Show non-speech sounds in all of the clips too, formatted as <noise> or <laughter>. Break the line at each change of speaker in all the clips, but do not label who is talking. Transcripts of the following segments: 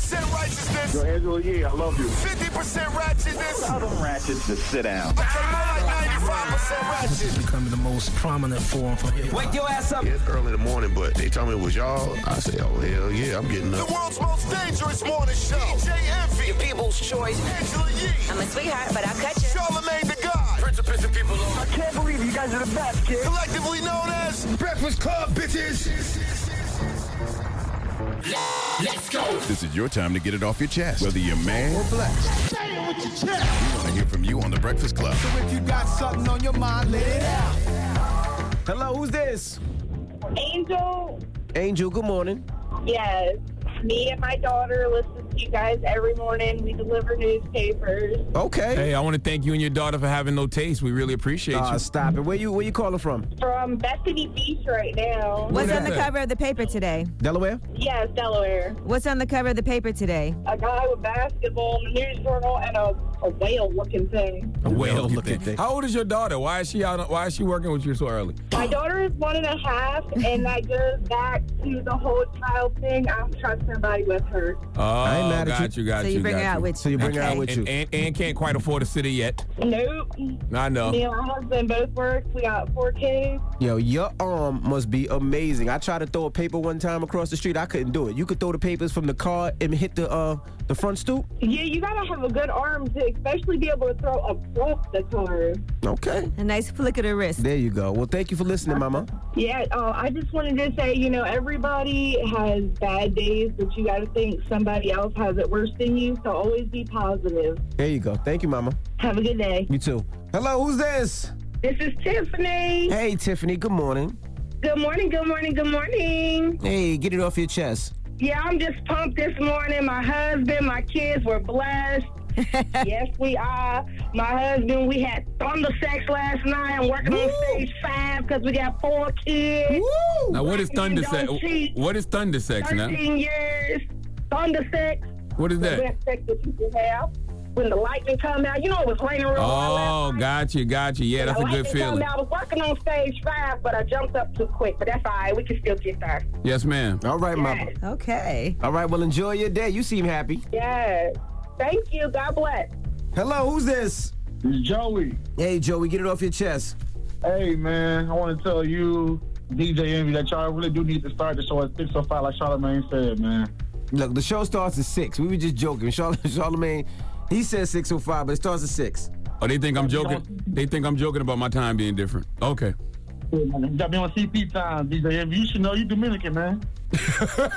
righteousness.
Yo, Angela Yee, I love you.
50% ratchetness.
Tell them ratchets to sit down.
But you're more like 95%
This is
ratchet.
becoming the most prominent form for hip hop.
Wake your ass up.
It's early in the morning, but they told me it was y'all. I said, oh, hell yeah, I'm getting
The
up.
world's most dangerous morning show. DJ Envy.
Your people's choice.
Angela Yee.
I'm a sweetheart, but I'll cut you.
Charlemagne the God. Prince of Pissing People Off.
Can't believe you guys are the best, kid.
Collectively known as
Breakfast Club, bitches.
This is your time to get it off your chest, whether you're man or black. Say it with your chest. We want to hear from you on the Breakfast Club.
If you got something on your mind, let it out.
Hello, who's this?
Angel,
Angel, good morning.
yes. Me and my daughter listen to you guys every morning. We deliver newspapers.
Okay.
Hey, I want to thank you and your daughter for having no taste. We really appreciate
Ah,
you.
stop it. Where you where you calling from?
From Bethany Beach right now.
What's
Who
on
that?
the cover of the paper today?
Delaware?
Yes, Delaware. Uh,
What's on the cover of the paper today?
A guy with basketball in the news journal and a, a whale looking thing.
A whale
thing.
looking thing. How old is your daughter? Why is she out? Why is she working with you so early?
My daughter is one and a half, and that goes back to the whole child thing. I'm trusting somebody with her.
Oh,
I ain't mad at
got
you.
you. Got
So
you.
you bring
got
her out
you.
with
So you bring her out
Okay.
with you.
And Ann, Ann can't quite afford a city yet.
Nope.
I know.
Me and my husband both work. We got four kids.
Yo, your arm must be amazing. I tried to throw a paper one time across the street. I couldn't do it. You could throw the papers from the car and hit the uh the front stoop.
Yeah, you gotta have a good arm to especially be able to throw across the car.
Okay.
A nice flick of the wrist.
There you go. Well, thank you for listening, Mama.
Yeah, uh, I just wanted to say, you know, everybody has bad days, but you got to think somebody else has it worse than you. So always be positive.
There you go. Thank you, Mama.
Have a good day.
You too. Hello, who's this?
This is Tiffany.
Hey, Tiffany. Good morning.
Good morning. Good morning. Good morning.
Hey, get it off your chest.
Yeah, I'm just pumped this morning. My husband, my kids were blessed. yes, we are. My husband, we had thunder sex last night. I'm working on stage five because we got four kids.
Now, what is thunder sex?
Don't cheat.
What is thunder sex now?
13 years. Thunder sex.
What is that?
Rent sex that people have. When the lightning come out, you know it was raining real hard
Oh,
last night.
got you, got you. Yeah, that's
the
a good
lightning
feeling.
Come out. I was working on stage five, but I jumped up too quick. But that's all right. We can still get there.
Yes, ma'am.
All right, Mama.
Yes.
Okay.
All right. Well, enjoy your day. You seem happy.
Yes. Thank you. God bless.
Hello, who's this?
Joey,
Hey, Joey. Get it off your chest.
hey, man, I want to tell you, DJ Envy, that y'all really do need to start the show at 6.05, like Charlamagne said, man.
Look, the show starts at six. We were just joking. Charl- <laughs> Charlemagne, he said six o five, but it starts at six.
Oh, they think I'm joking. They think I'm joking about my time being different. Okay.
You got me on CP time, DJ Envy. You should know you Dominican, man.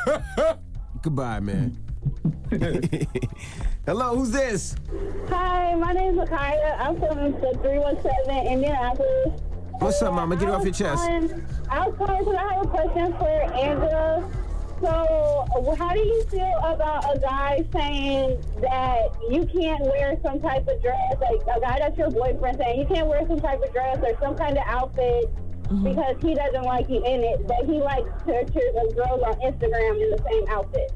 <laughs> Goodbye, man. <laughs> Hello, who's this?
Hi, my name's Makaya. I'm from the 317 Indianapolis. Um,
What's up, Mama? Get it off your chest.
I was calling because I have a question for Angela. So, how do you feel about a guy saying that you can't wear some type of dress, like a guy that's your boyfriend saying you can't wear some type of dress or some kind of outfit because he doesn't like you in it, but he likes pictures of girls on Instagram in the same outfit?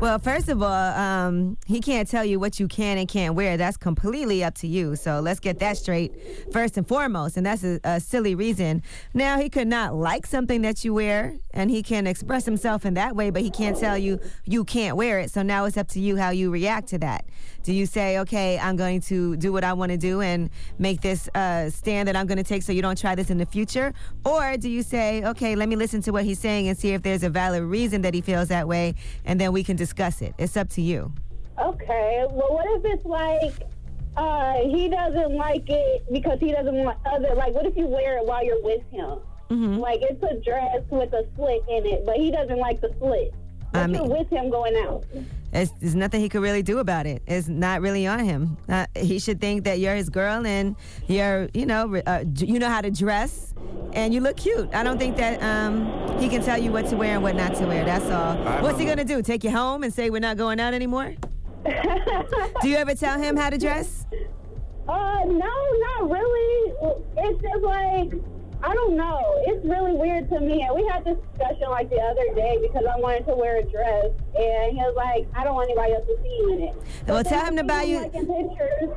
Well, first of all, um, he can't tell you what you can and can't wear. That's completely up to you. So let's get that straight first and foremost. And that's a, a silly reason. Now, he could not like something that you wear, and he can express himself in that way, but he can't tell you you can't wear it. So now it's up to you how you react to that. Do you say, okay, I'm going to do what I want to do and make this uh, stand that I'm going to take so you don't try this in the future? Or do you say, okay, let me listen to what he's saying and see if there's a valid reason that he feels that way, and then we can discuss it? It's up to you.
Okay. Well, what if it's like uh, he doesn't like it because he doesn't want other? Like, what if you wear it while you're with him?
Mm-hmm.
Like, it's a dress with a slit in it, but he doesn't like the slit. But
I
you're
mean-
with him going out.
It's, there's nothing he could really do about it. It's not really on him. Uh, he should think that you're his girl and you're, you know, re- uh, d- you know how to dress and you look cute. I don't think that um, he can tell you what to wear and what not to wear. That's all. What's he gonna do? Take you home and say we're not going out anymore? do you ever tell him how to dress?
Uh, no, not really. It's just like I don't know. It's really weird to me. And we had this discussion like the other day because I wanted to wear a dress, and he was like, "I don't want anybody else to see you in it."
Well,
But
tell
then
him to
you
buy
see
you-
Like in pictures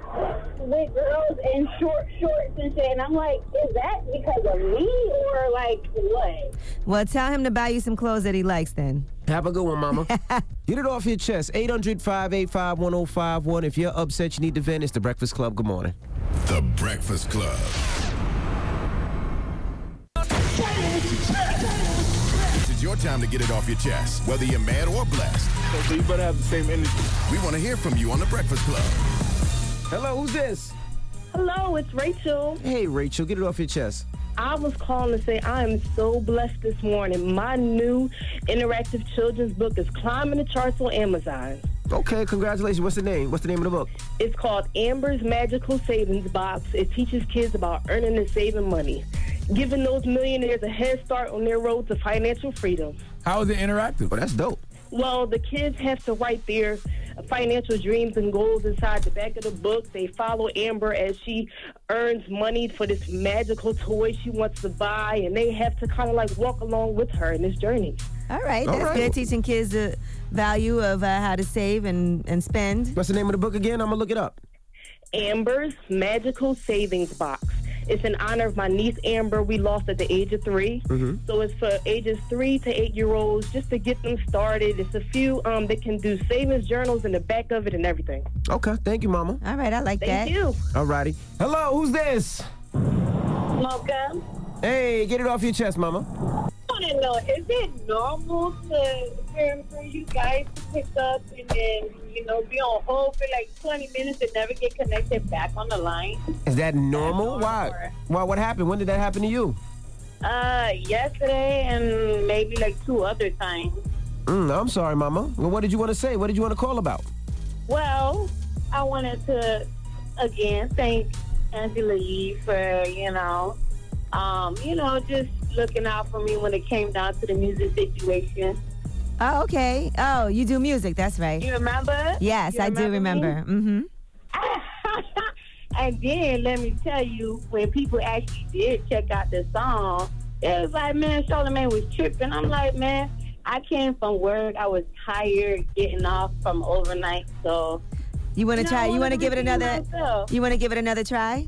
with girls in short shorts and shit, and I'm like, "Is that because of me or like what?"
Well, tell him to buy you some clothes that he likes then.
Have a good one, mama.
<laughs>
Get it off your chest. 800 585 1051. If you're upset, you need to vent. It's The Breakfast Club. Good morning.
The Breakfast Club. This is your time to get it off your chest, whether you're mad or blessed. So you better have the same energy. We want to hear from you on The Breakfast Club.
Hello, who's this?
Hello, it's Rachel.
Hey, Rachel, get it off your chest.
I was calling to say I am so blessed this morning. My new interactive children's book is climbing the charts on Amazon.
Okay, congratulations. What's the name? What's the name of the book?
It's called Amber's Magical Savings Box. It teaches kids about earning and saving money, giving those millionaires a head start on their road to financial freedom.
How is it interactive?
Oh, that's dope.
Well, the kids have to write their financial dreams and goals inside the back of the book. They follow Amber as she earns money for this magical toy she wants to buy, and they have to kind of like walk along with her in this journey.
All right, that's good. Teaching kids the value of uh, how to save and, and spend.
What's the name of the book again? I'm going to look it up.
Amber's Magical Savings Box. It's in honor of my niece Amber. We lost at the age of three.
Mhm.
So it's for ages three to eight year olds just to get them started. It's a few um, that can do savings journals in the back of it and everything.
Okay, thank you, mama.
All right, I like
Thank that. you.
All righty. Hello, who's this?
Mocha.
Hey, get it off your chest, mama.
I want to know, is it normal to, for, for you guys to pick up and then, you know, be on hold for like 20 minutes and never get connected back on the line?
Is that normal? Why? Why? What happened? When did that happen to you?
Uh, yesterday and maybe like two other times.
Mm, I'm sorry, mama. Well, what did you want to say? What did you want to call about?
Well, I wanted to, again, thank Angela Yee for, you know, um, you know, just looking out for me when it came down to the music situation.
Oh, okay. Oh, you do music. That's right.
You remember?
Yes,
You
I do
remember me?
remember. Mm-hmm.
And then let me tell you, when people actually did check out the song, it was like, man, Charlamagne was tripping. I'm like, man, I came from work. I was tired getting off from overnight. So
You want
You know, I
to try? You
wanna
want to
do
give it
it
another?
myself.
You want to give it another try?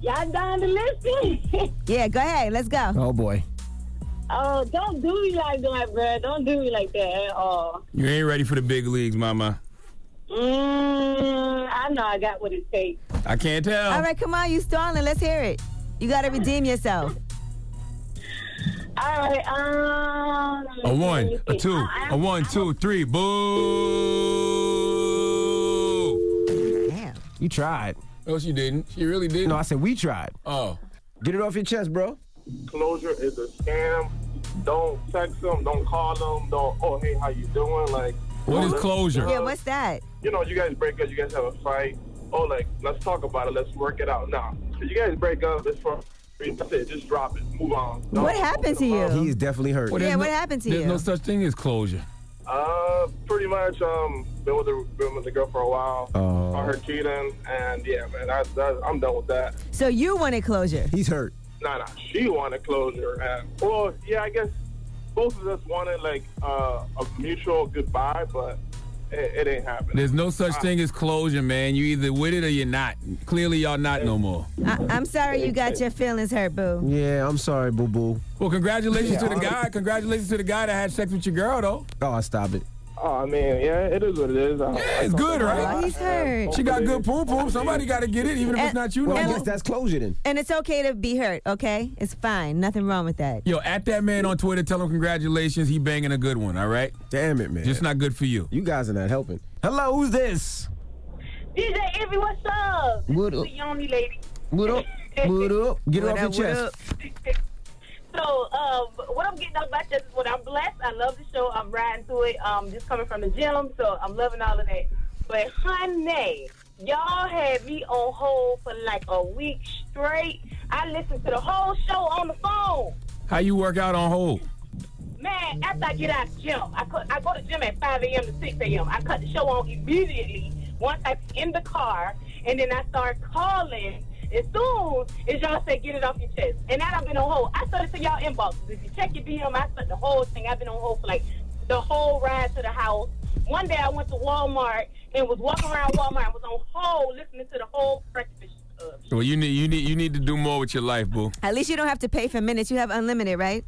y'all down to listen. <laughs>
Yeah, go ahead. Let's go.
Oh boy.
oh, don't do me like that, bro. Don't do me like that at all.
You ain't ready for the big leagues, mama.
<laughs> Mm, I know I got what it takes.
I can't tell.
All right, come on, you stalling. Let's hear it. You got to redeem yourself.
All right. Um,
A one, a two,
Uh-uh.
a one, two, three. Boo!
Damn.
You tried.
No, she didn't. She really didn't.
No, I said we tried.
Oh.
Get it off your chest, bro.
Closure is a scam. Don't text them. Don't call them. Don't. Oh, hey, how you doing? Like, oh,
What is
let's-
closure?
Yeah, what's that?
You know, you guys break up. You guys have a fight. Oh, like, let's talk about it. Let's work it out. Nah, if you guys break up, it's from. That's it. Just drop it. Move on. Don't-
What happened to you?
He is definitely hurt.
Well, there's
yeah,
no-
what happened to
There's
you?
no such thing as closure.
Uh, pretty much. Um, been with the been with the girl for a while.
Oh.
On her cheating, and yeah, man, I, that, I'm done with that.
so you wanted closure.
He's hurt.
Nah, nah, she wanted closure. And, well, yeah, I guess both of us wanted like uh, a mutual goodbye, but it, it ain't happening.
There's no such thing as closure, man. You either with it or you're not. Clearly, y'all not no more.
I- I'm sorry you got your feelings hurt, boo.
Yeah, I'm sorry, boo boo.
Well, congratulations
Yeah,
to the
I'm-
guy. Congratulations to the guy that had sex with your girl, though.
Oh, stop it.
Oh man, yeah, it is what it is. I, yeah,
It's good, right?
He's hurt.
She got good poom poom. Somebody got to get it, even if it's
And-
not you.
Well,
No
I
more.
guess that's closure then.
And it's okay to be hurt, okay? It's fine. Nothing wrong with that.
Yo, at that man on Twitter, tell him congratulations. He banging a good one. All right,
Damn it, man.
just not good for you.
You guys are not helping. Hello, who's this?
DJ Envy, what's up?
What up?
This is the only lady.
What up? What up? Get it off your chest.
<laughs> So, um, what I'm getting off my chest is what I'm blessed. I love the show. I'm riding through it. Um, just coming from the gym, so I'm loving all of that. But, honey, y'all had me on hold for like a week straight. I listened to the whole show on the phone.
How you work out on hold?
Man, after I get out of gym, I, cut, I go to gym at 5 a.m. to 6 a.m. I cut the show on immediately once I'm in the car, and then I start calling as soon as y'all say get it off your chest, and that I've been on hold. I started to y'all inboxes. If you check your DM, I started the whole thing. I've been on hold for like the whole ride to the house. One day I went to Walmart and was walking around Walmart and was on hold listening to the whole breakfast.
Well, you need you need you need to do more with your life, boo.
At least you don't have to pay for minutes. You have unlimited, right?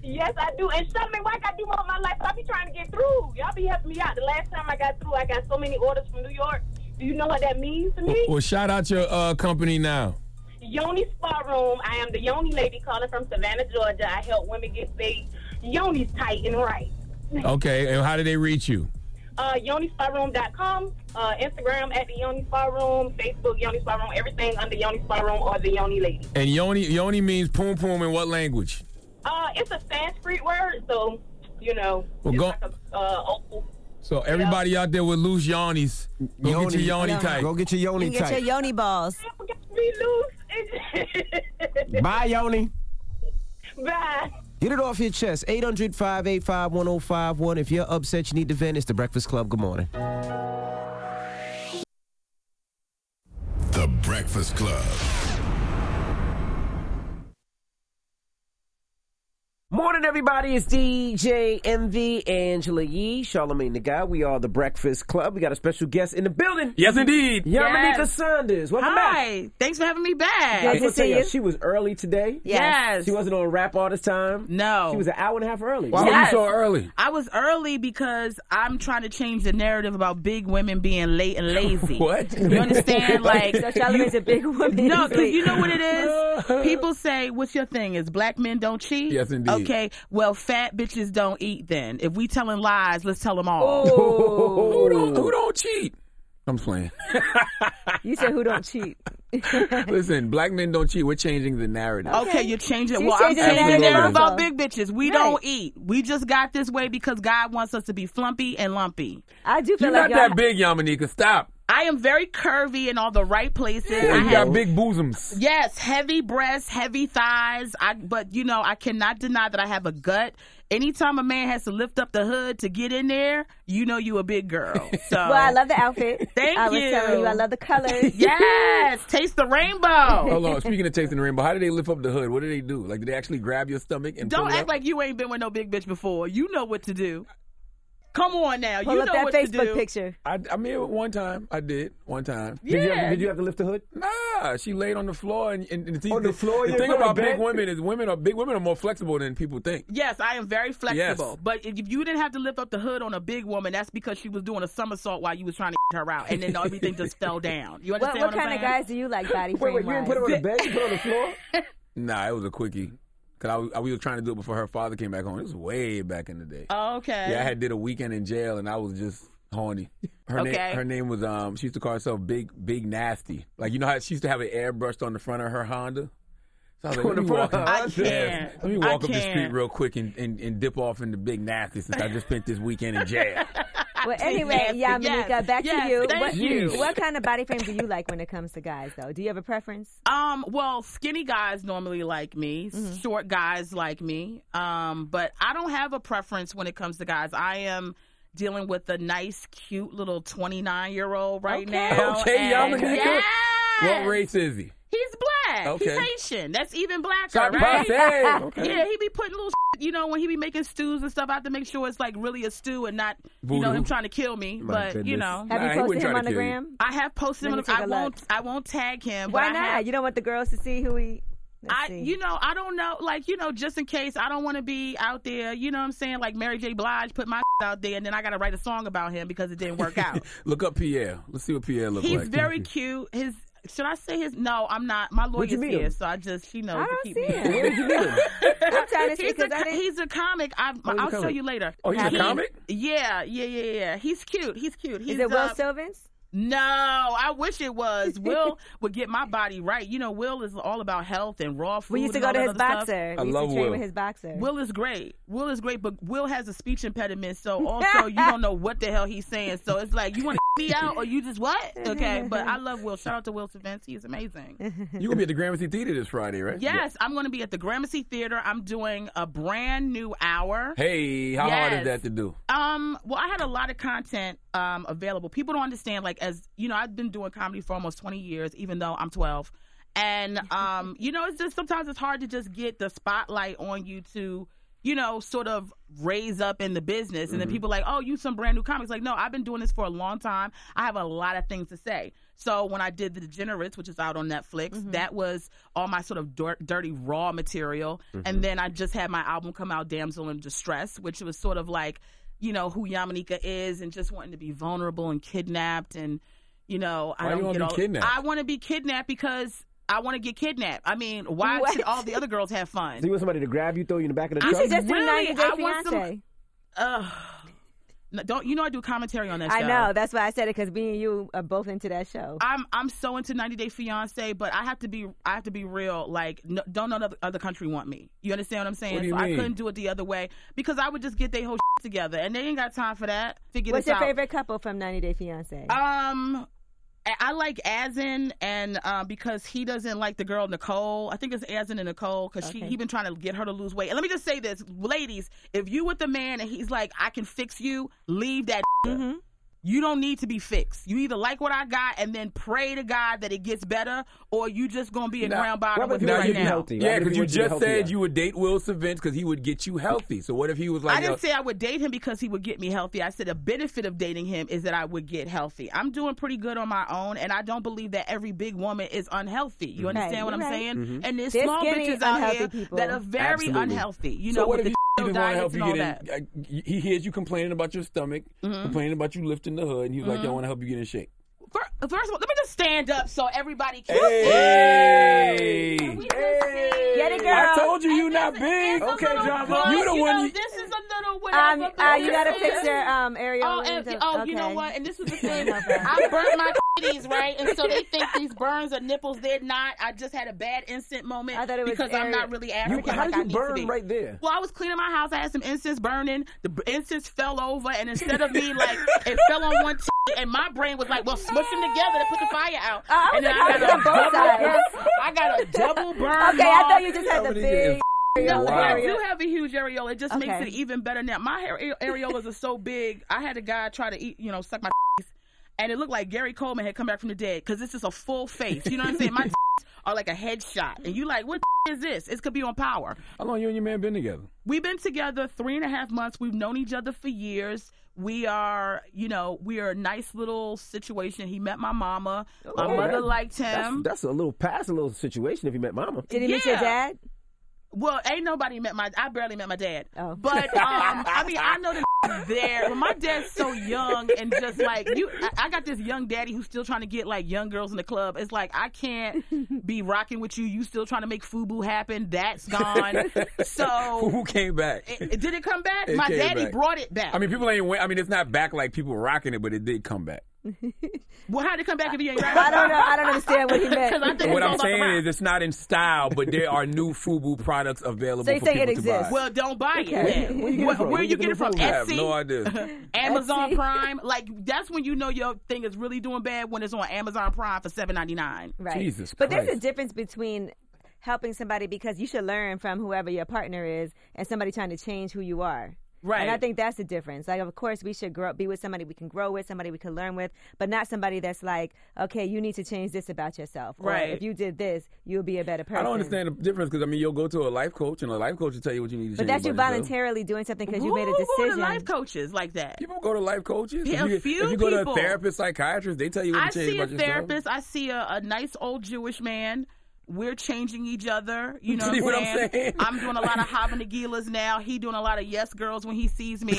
Yes, I do. And something like I do all my life, I be trying to get through. Y'all be helping me out. The last time I got through, I got so many orders from New York. Do you know what that means to me?
Well, shout out your uh, company now.
Yoni Spa Room. I am the Yoni lady calling from Savannah, Georgia. I help women get their yonis tight and right.
Okay, and how do they reach you?
Uh, yonisparoom.com, uh, Instagram at the Yoni Spa Room, Facebook Yoni Spa Room, everything under Yoni Spa Room or the Yoni Lady.
And yoni yoni means poom poom in what language?
Uh, it's a Sanskrit word, so you know,
Well, go.
uh, old
So everybody out there with loose yonis, go get your yoni tight.
Go get your
you
yoni
can get your
tight.
yoni balls.
Bye, yoni.
Bye.
Get it off your chest. 800 585 1051. If you're upset, you need to vent. It's the Breakfast Club. Good morning.
The Breakfast Club.
Morning, everybody. It's DJ MV, Angela Yee, Charlemagne the Guy. We are the Breakfast Club. We got a special guest in the building.
Yes, indeed.
Yamanika
Yes.
Saunders. Welcome
Hi.
back.
Thanks for having me back.
I was gonna tell you, She was early today.
Yes.
She wasn't on rap all this time.
No.
She was an hour and a half early.
Yes. I was early because I'm trying to change the narrative about big women being late and lazy.
What?
You understand? Like
So Charlamagne's
you-
a big woman.
No, because you know what it is. People say, "What's your thing? Is black men don't cheat?"
Yes, indeed.
Okay. Well, fat bitches don't eat. Then, if we telling lies, let's tell them all.
who,
<laughs>
don't, who don't cheat?
<laughs>
I'm playing.
You said who don't cheat?
Listen, black men don't cheat. We're changing the narrative.
Okay, you're changing.
She's
well, I'm
changing
changing
the
the narrative
narrative.
about big bitches. We
Right.
don't eat. We just got this way because God wants us to be flumpy and lumpy. I do
You're not that big, Yamanika. Stop.
I am very curvy in all the right places. I
you
have
got big bosoms.
Yes, heavy breasts, heavy thighs. I but you know, I cannot deny that I have a gut. Anytime a man has to lift up the hood to get in there, you know you a big
<laughs>
girl. So
Well, I love the outfit.
<laughs> Thank
I was
you.
telling you, I love the colors.
Yes, taste the rainbow.
Hold on. Speaking of tasting the rainbow, how do they lift up the hood? What do they do? Like, do they actually grab your stomach and
Don't
pull it
act
up?
like you ain't been with no big bitch before. You know what to do. Come on now.
Pull
you
up
know
that
what to
Facebook
do.
picture. I, I mean, one time I did. One time.
Did you have- did you have
to lift the hood? Nah, she laid on the floor and, and, and
On the floor,
The
you
thing
put a
about big
bed?
women is women are big women are more flexible than people think.
Yes, I am very flexible.
Yes.
But if you didn't have to lift up the hood on a big woman, that's because she was doing a somersault while you was trying to her out, and then everything
<laughs>
just fell down. You
What,
understand
what
I'm
kind of
saying?
guys do you like
<laughs>
body frame wise?
bed? You put it on the floor?
<laughs> Nah, it was a quickie. Cause I was, I, we were trying to do it before her father came back home. It was way back in the day.
Okay.
Yeah, I had did a weekend in jail, and I was just horny. Her
Okay.
name, her name was um, she used to call herself Big Big Nasty. Like you know how she used to have it airbrushed on the front of her Honda. So I was like,
On
let
the
me
front of her
walk. Yeah,
Honda? can't.
Let me
I
walk up the street
can't.
real quick and, and, and dip off into Big Nasty since I just spent this weekend
<laughs>
in jail.
<laughs> Well, anyway,
Yes,
Yamanika,
yes,
back
yes,
to you.
thank
What,
you.
what kind of body frame do you like when it comes to guys, though? Do you have a preference?
Um, well, skinny guys normally like me,
Mm-hmm.
short guys like me. Um, but I don't have a preference when it comes to guys. I am dealing with a nice, cute little 29 year old right now.
okay,
and-
y'all. Nigga.
Yes,
What race is he?
he's black.
Okay.
He's Haitian. That's even blacker,
Sorry,
right? <laughs>
Beyonce. Okay.
Yeah, he be putting little, shit, you know, when he be making stews and stuff. I have to make sure it's like really a stew and not, you know,
Voodoo.
him trying to kill me.
My
but you
goodness.
know,
Have you Nah, he wouldn't posted try him to on the kill you. gram?
I have posted
Let
him.
me
on the-
take
I
a look.
won't. I won't tag him.
Why
but I
not?
have-
You don't want the girls to see who he.
I, you know, I don't know. Like, you know, just in case, I don't want to be out there. You know what I'm saying? Like Mary J. Blige put my <laughs> out there, and then I got to write a song about him because it didn't work out.
<laughs> Look up Pierre. Let's see what Pierre looks
He's
like.
very cute. His should I say his? No, I'm not. My
Where'd
lawyer's
you meet
here,
him?
so I just she knows.
I
to
don't
keep
see
me-
him. Where did you meet him? <laughs> I'm trying to see
he's, a,
'cause I
co-
didn't-
he's a comic. I,
Oh, he's a
I'll show
comic.
you later.
Oh, he's a
He-
comic?
Yeah, yeah, yeah, yeah. He's cute. He's cute. He's
Is it Will
uh,
Sylvans?
No, I wish it
<laughs>
was. Will would get my body right. You know, Will is all about health and raw food.
We used to
and
go
all
to
that
his
other stuff.
boxer. we used to train with his boxer.
Will is great. Will is great, but Will has a speech impediment, so also you don't know what the hell he's saying. So it's like you want to <laughs> me out or you just what? Okay, but I love Will. Shout out to Wilson Vince. He's
<laughs>
amazing.
You gonna be at the Gramercy Theater this Friday, right?
Yes, I'm going to be at the Gramercy Theater. I'm doing a brand new hour.
Hey, how hard is
Yes.
that to do?
Um, well, I had a lot of content um, available. People don't understand, like, as you know, I've been doing comedy for almost 20 years, even though I'm 12. And, um, you know, it's just sometimes it's hard to just get the spotlight on you to, you know, sort of raise up in the business. And then
Mhm.
people like, oh, you some brand new comics. Like, no, I've been doing this for a long time. I have a lot of things to say. So when I did The Degenerates, which is out on Netflix,
Mm-hmm.
that was all my sort of dirt, dirty, raw material.
Mm-hmm.
Mhm.
And then I just had my album come out, Damsel in Distress, which was sort of like, you know, who Yamanika is and just wanting to be vulnerable and kidnapped and, you know, I
Why you
don't get
wanna be
all,
kidnapped?
I want to be kidnapped because I want to get kidnapped. I mean, why
What?
should all the other girls have fun?
So you want somebody to grab you, throw you in the back of the
I
truck?
should just do 90 Day Fiancé. Ugh. No, don't you know I do commentary on that
I
show.
know. That's why I said it because me and you are both into that show.
I'm I'm so into 90 Day Fiance, but I have to be I have to be real. Like, no, don't none other, other country want me. You understand what I'm saying?
What do you
so
mean?
I couldn't do it the other way because I would just get their whole shit together, and they ain't got time for that. Figure
What's
this
your
out.
favorite couple from 90 Day Fiance?
Um, I- I like Azin, and uh, because he doesn't like the girl Nicole, I think it's Azin and Nicole because she
Okay.
he been trying to get her to lose weight. And let me just say this, ladies, if you with a man and he's like, I can fix you, leave that. <laughs> You don't need to be fixed. You either like what I got and then pray to God that it gets better, or you just gonna be a ground bottom with me right now.
Yeah, because you just said
you.
you would date Will Savant because he would get you healthy. So what if he was like,
I didn't
a-
say I would date him because he would get me healthy. I said the benefit of dating him is that I would get healthy. I'm doing pretty good on my own, and I don't believe that every big woman is unhealthy. You
Mhm.
understand
Right,
what I'm
you're right.
saying?
Mhm.
And there's
They're
small
skinny,
bitches out
unhealthy
here
people.
that are very
Absolutely.
unhealthy. You
So
know, with
what if
the
he doesn't want to
diets
help
and
you
all
get
that.
in? I- He hears you complaining about your stomach,
Mhm.
complaining about you lifting the hood, and he was
Mm-hmm.
like, "Yo, I want to help you get in shape."
First, first of all, let me just stand up so everybody can
Hey!
Get it,
I told you you're not big. Okay, John, you the
you
one.
Know,
you-
this is a little
Um,
whatever.
uh, you got a
this is-
picture, um, Ariel.
Oh, and,
Windsor-
oh, you know
okay.
what? And this is
<laughs>
the thing. <laughs> I burnt my titties, right? And so they think these burns are nipples. They're not. I just had a bad instant moment
I thought it was
because I'm
Ariel.
not really
You-
African.
how
like
did
I
you
need to
burn
be.
right there?
Well, I was cleaning my house. I had some incense burning. The b- incense fell over, and instead of
<laughs>
me like it fell on one. T- and my brain was like, well, smush them together to put the fire out.
Oh, I was
and then
like,
I got,
I was on both
a double
sides.
burn. I got a
<laughs>
double burn.
Okay, I thought
mark.
you just had the big.
No,
areola.
I do have a huge areola. It just
Okay.
makes it even better now. My hair, areolas are so big. I had a guy try to eat, you know, suck my, <laughs> and it looked like Gary Coleman had come back from the dead because this is a full face. You know what I'm
<laughs>
saying? My are like a headshot, and you like, what is this? It could be on power.
How long you and your man been together?
We've been together three and a half months. We've known each other for years. We are, you know, we are a nice little situation. He met my mama. My
Oh,
mother
that-
liked him.
That's, that's a little past a little situation if you met mama.
Yeah. Well, ain't nobody met my. I barely met my dad.
Oh.
But
<laughs>
um, I mean, I know the <laughs> is there. But my dad's so young and just like you. I, I got this young daddy who's still trying to get like young girls in the club. It's like I can't
<laughs>
be rocking with you. You still trying to make FUBU happen. That's
<laughs>
gone.
<laughs>
So
Who came back?
it- did it come back?
It
my
came
daddy
back.
brought it back.
I mean, people ain't. win- I mean, it's not back like people rocking it, but it did come back.
well, how'd it come back if you ain't right?
I don't know.
<laughs>
I don't understand what he meant.
'Cause I think
And what
it's all
I'm
about the
saying
rock.
is, it's not in style, but there are new FUBU products available
So you
for
saying
people
it
to buy.
Well, don't buy it.
Okay.
then.
Where you get it
Where,
from?
where you get it from?
I have
Etsy? <laughs>
no idea.
Amazon Prime. Like that's when you know your thing is really doing bad when it's on Amazon Prime for seven ninety nine.
Right.
Jesus
but there's a
Christ.
difference between helping somebody because you should learn from whoever your partner is and somebody trying to change who you are.
Right.
And I think that's the difference. Like, of course, we should grow, be with somebody we can grow with, somebody we can learn with, but not somebody that's like, okay, you need to change this about yourself. Or,
Right.
if you did this, you'll be a better person.
I don't understand the difference because I mean, you'll go to a life coach and a life coach will tell you what you need to
But
change.
that's you
about yourself.
voluntarily doing something because you
Who
made a
go to
decision.
life coaches like that.
People go to life coaches.
Yeah,
if
a
you,
few
if you go
people.
to a therapist, psychiatrist, they tell you what
I
to change
see a
about yourself.
therapist. I see a, a nice old Jewish man. We're changing each other.
<laughs>
You know
See
what,
what
I'm,
I'm
saying?
saying?
I'm doing a lot of Havana Gilas now. He doing a lot of yes girls when he sees
<laughs>
me.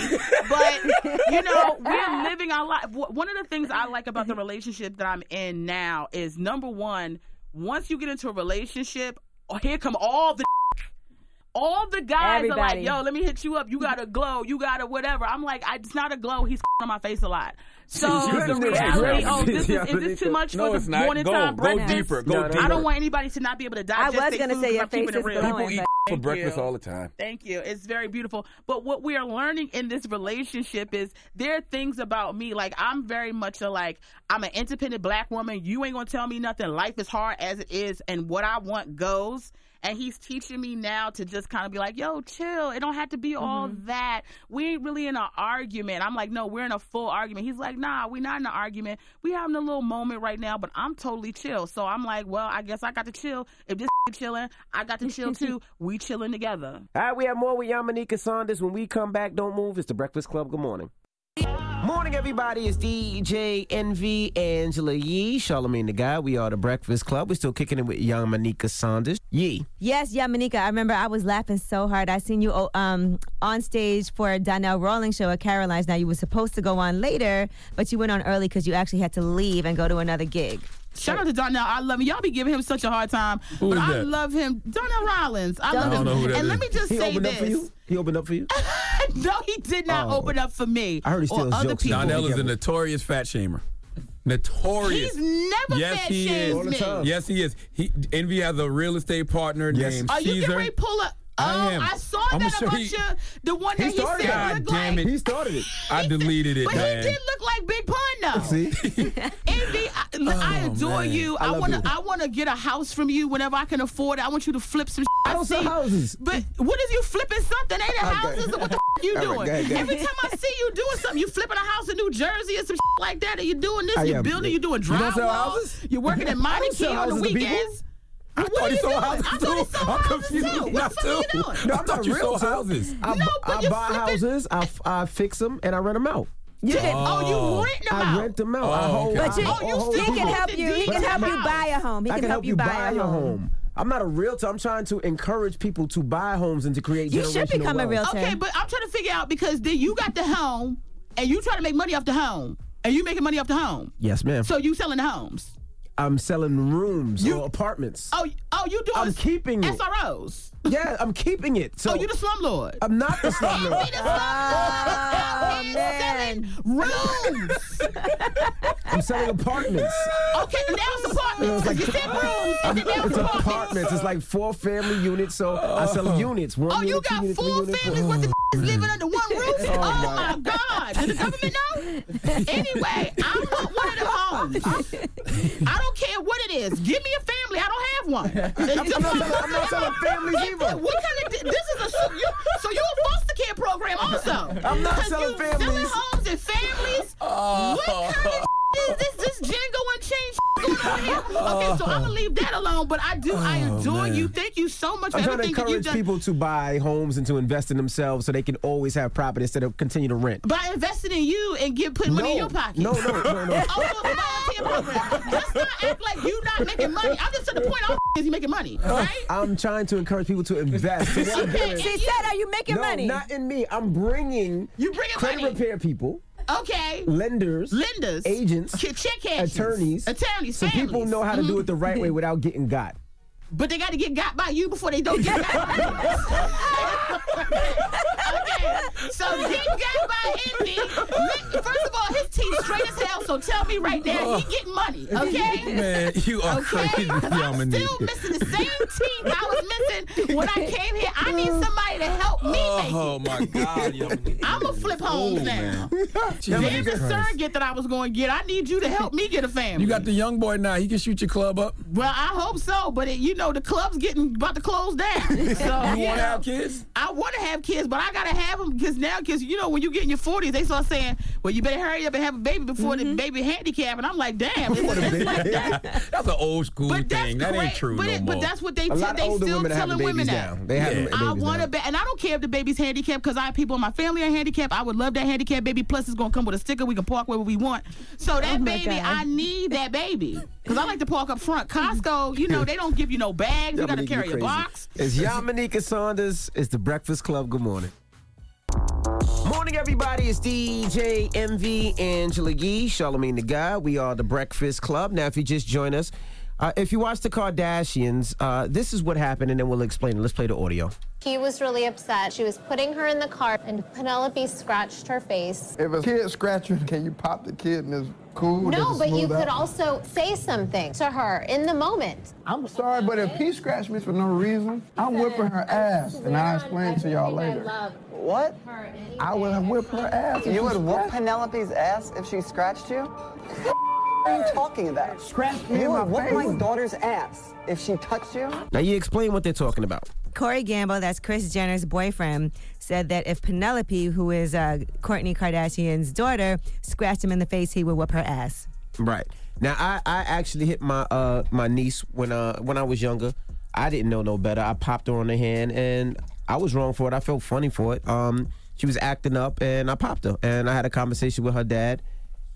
But you know, we're living our life. Wh- One of the things I like about the relationship that I'm in now is number one. Once you get into a relationship, oh, here come all the. <laughs> All the guys are
Everybody.
like, yo, let me hit you up. You got a glow. You got a whatever. I'm like, I, it's not a glow. He's <laughs> on my face a lot. So <laughs> the
Jesus
reality,
Christ.
oh, this is, is this too much
No,
for
it's
the
not.
morning
Go-
time
go
breakfast?
deeper, go
I
deeper.
don't want anybody to not be able to digest
was
their
gonna
food
say
'cause
your
I'm keeping
face
it
is
real.
glowing,
People eat for
Thank
breakfast
you.
all the time.
Thank you. It's very beautiful. But what we are learning in this relationship is there are things about me. Like I'm very much a like I'm an independent black woman. You ain't gonna tell me nothing. Life is hard as it is, and what I want goes. And he's teaching me now to just kind of be like, yo, chill. It don't have to be all that. We ain't really in an argument. I'm like, no, we're in a full argument. He's like, nah, we're not in an argument. We having a little moment right now, but I'm totally chill. So I'm like, well, I guess I got to chill. If this <laughs> chilling, I got to chill too. We chilling together.
All right, we have more with Yamanika Saunders. When we come back, don't move. It's the Breakfast Club. Good morning. Morning, everybody. It's DJ NV, Angela Yee, Charlemagne the Guy. We are the Breakfast Club. We're still kicking it with Yamanika Saunders. Yee.
Yes, Yamanika. I remember I was laughing so hard. I seen you oh, um, on stage for Donnell Rawlings show at Caroline's. Now you were supposed to go on later, but you went on early because you actually had to leave and go to another gig.
Shout out to Donnell. I love him. Y'all be giving him such a hard time.
Who
but
is
I
that?
love him. Donnell Rollins. I love him. and let me just
he
say
opened
this.
Up for you? He opened up for you?
<laughs> no, he did not
Oh.
open up for me.
I heard he
or
steals
other
jokes
people.
Donnell is a notorious fat shamer. Notorious.
He's never
yes,
fat
he
shamed
is.
All the me. time.
Yes, he is. He Envy has a real estate partner named
Are you
Caesar.
getting ready to pull up? Oh,
I am.
saw
I'ma
that
show
about
he-
you. The one that he,
started
said
it.
looked
God damn
like.
it. He started it. I deleted it,
But
man.
he did look like Big Pun
<laughs>
though.
See?
<laughs> Envy, I, look, I
Oh,
adore
man.
you.
I
I
love
want to.
you.
I want to get a house from you whenever I can afford it. I want you to flip some. I
don't sell houses.
But what is you flipping something? Ain't it houses?
<laughs>
What the f- you
All right,
doing?
go ahead, go ahead.
Every time I see you doing something, you flipping a house in New Jersey or some shit like that, and you doing this,
I
you
am.
building, you doing
You don't sell
drywall,
houses?
you're working
<laughs>
at
I
Monte
don't
Key
sell
on the
houses to people.
weekends.
I
What are you doing? I thought he sold
I'm
houses
confused.
too. What the fuck you doing?
No, I'm not
you sold
realtor.
houses.
I,
No,
but
I
you
buy
flipping-
houses, I, f- I fix them, and I rent them out.
did- oh, you rent 'em
I
out.
rent them out.
Oh,
I hold,
okay.
I,
But you-
I
you
hold
still
people.
can help you. He
But
can
I
help you buy
a home. He
I
can
can
help you buy a
your
home.
I'm not a realtor. I'm trying to encourage people to buy homes and to create
You should
generational
become a
wealth.
realtor. Okay, but I'm trying to figure out because then you got the home and you try to make money off the home and you making money off the home.
Yes, ma'am.
So you selling the homes?
I'm selling rooms or apartments.
Oh, oh, you doing?
I'm keeping it.
SROs.
Yeah, I'm keeping it. So
oh, you the slumlord.
I'm not the slumlord.
<laughs> Oh, man. Rooms.
<laughs> I'm selling apartments.
Okay, now it's apartments. 'cause <laughs> you
<laughs>
said rooms. And then now
it's
it's apartments.
apartments. It's like four family units, so I sell units. One
Oh, you
unit, two
got
units, three
four
units.
families worth of is living under one roof?
<laughs> Oh,
Oh,
my.
my. God. Did the government know? anyway, I want one of the homes. I don't care what it is. Give me a family. I don't have
<laughs>
one.
I'm not telling- I'm not telling families either.
What kind of, this is a, you, so you a foster care program also.
<laughs> I'm not
'Cause
selling
you
families. Oh.
selling homes and families? What kind of <laughs> is this this Django Unchained shit going on here? Okay, so I'm gonna leave that alone. But I do, I
Oh,
adore
man.
you. Thank you so much
I'm trying
for
to
everything that you've
encourage
done.
people to buy homes and to invest in themselves so they can always have property instead of continue to rent.
by investing in you and get putting money in
No.
your pocket.
No, no, no, no.
<laughs> Oh, so it's a
<laughs>
volunteer program. Let's not act like you're not making money. I'm just to the point. I'm <laughs> is you making money, right?
I'm trying to encourage people to
<laughs>
invest.
She
What I'm doing-
said, She said, "Are you making
no,
money?"
Not in me. I'm bringing
you bringing
credit
money.
repair people,
Okay.
lenders,
Lenders.
agents,
Ch- check cashers.
attorneys,
Attorneys,
so people
families. Mm-hmm.
know how to do it the right way without getting got.
But they got to get got by you before they don't get got by you. okay. So get got by Envy. Let- First of all, his teeth straight as hell. So tell me right now,
Oh.
he getting money.
<laughs>
<laughs>
Okay.
Man, you are crazy, Yamanika.
Still missing the same teeth I was missing when I came here. I need somebody to help me make it.
oh, my God, Yamanika.
I'm gonna flip homes
Ooh, <laughs>
now.
Oh, man.
There's
Jesus
the
Christ.
surrogate that I was going to get. I need you to help me get a family.
You got the young boy now. He can shoot your club
<laughs>
up.
Well, I hope so, but it, you know the club's getting about to
<laughs>
close down. <laughs> So, you
wanna
know,
have kids?
I want to have kids, but I gotta have them because now, because you know when you get in your forties, they start saying, "Well, you better hurry up and have a baby before
Mm-hmm.
the baby handicap." And I'm like,
<laughs>
"Damn, it's, it's like that."
That's an old school thing. That ain't true
But,
no
it,
more.
but that's what they
A
t-
lot of
they
older
still
women have the
telling women
babies
that.
now. They have the
I
babies
want
now.
a ba- and I don't care if the baby's handicapped because I have people in my family are handicapped. I would love that handicap baby. Plus, it's gonna come with a sticker. We can park wherever we want. So that
Oh, my
baby,
God.
I need that baby because I like to park up front. Costco, you know, they don't give you no bags. you gotta
Yamanika,
carry a
crazy.
box.
It's Yamanika Saunders. It's the Breakfast Club. Good morning. Morning, everybody. It's DJ MV Angela Yee, Charlemagne the Guy. We are the Breakfast Club. Now, if you just join us, uh, if you watch the Kardashians, uh, this is what happened, and then we'll explain it. Let's play the audio.
He was really upset. She was putting her in the car, and Penelope scratched her face.
If a kid scratching, can you pop the kid and it's cool?
No,
Does it
but you
smooth out?
could also say something to her in the moment.
I'm sorry, but if he scratched me for no reason, I'm whipping her ass, and I'll explain to y'all later.
What?
I would have whipped her ass. if
You
she
would whoop
scratched-
Penelope's ass if she scratched you? What are you talking about? Scratch
me
You
in
would
my
whoop my
face.
daughter's ass if she touched you?
Now you explain what they're talking about.
Corey Gamble, that's Chris Jenner's boyfriend, said that if Penelope, who is uh, Kourtney Kardashian's daughter, scratched him in the face, he would whoop her ass.
Right. Now I, I actually hit my uh my niece when uh when I was younger. I didn't know no better. I popped her on the hand and I was wrong for it. I felt funny for it. Um she was acting up and I popped her and I had a conversation with her dad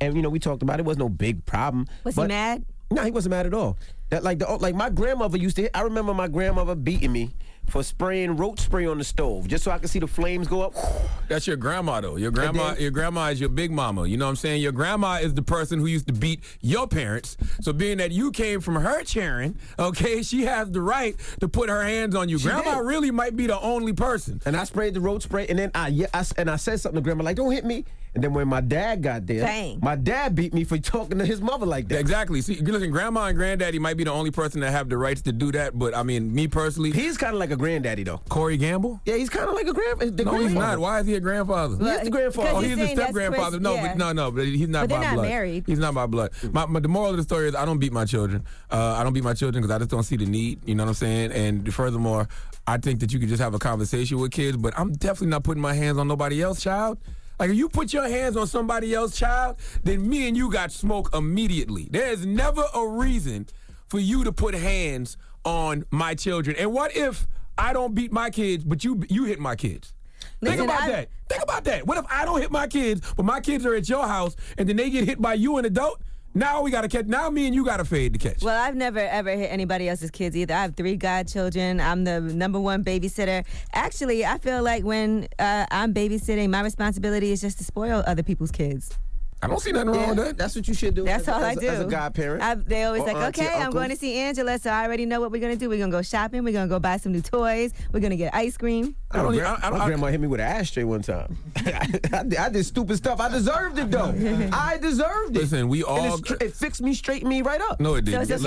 and you know we talked about it, it was no big problem.
Was he mad?
No, he wasn't mad at all. That like the oh, like my grandmother used to hit, I remember my grandmother beating me for spraying roach spray on the stove just so I could see the flames go up. <sighs>
That's your grandma though. Your grandma, your grandma is your big mama. You know what I'm saying? Your grandma is the person who used to beat your parents. So being that you came from her cheering, okay, <laughs> she has the right to put her hands on you. grandma really might be the only person.
And I sprayed the road spray, and then I, yeah, I s- and I said something to grandma like, "Don't hit me." And then when my dad got there,
Dang.
my dad beat me for talking to his mother like that.
Exactly. See, listen, grandma and granddaddy might be the only person that have the rights to do that, but I mean, me personally,
he's kind of like a granddaddy though.
Corey Gamble.
Yeah, he's kind of like a grand. the
no, he's
grandfather.
not. Why is he a grandfather?
He's the grandfather.
Oh, he's the
saying that's
step grandfather.
Chris-
No,
yeah.
but no, no, but he's not
But they're
by
not
blood.
married.
He's not by blood. My, my, the moral of the story is I don't beat my children. Uh, I don't beat my children because I just don't see the need. You know what I'm saying? And furthermore, I think that you could just have a conversation with kids. But I'm definitely not putting my hands on nobody else, child. Like if you put your hands on somebody else, child, then me and you got smoke immediately. There is never a reason for you to put hands on my children. And what if I don't beat my kids, but you you hit my kids? Think about that. Think about that. What if I don't hit my kids, but my kids are at your house, and then they get hit by you, an adult? Now we gotta catch. Now me and you gotta fade to catch.
Well, I've never ever hit anybody else's kids either. I have three godchildren. I'm the number one babysitter. Actually, I feel like when uh, I'm babysitting, my responsibility is just to spoil other people's kids.
I don't see nothing wrong with that.
That's what you should do.
That's
as-
all
as-
I do.
as a godparent
I, they always
or
like,
auntie,
okay, I'm
uncle."
going to see Angela, so I already know what we're going to do. We're going to go shopping. We're going to go buy some new toys. We're going to get ice cream.
I don't, Oh, my grandma hit me with an ashtray one time. <laughs> I, did- I did stupid stuff. I deserved it though. I deserved it.
Listen, we
And it's
all-
tr- it fixed me, straightened me right up.
No, it didn't. Listen,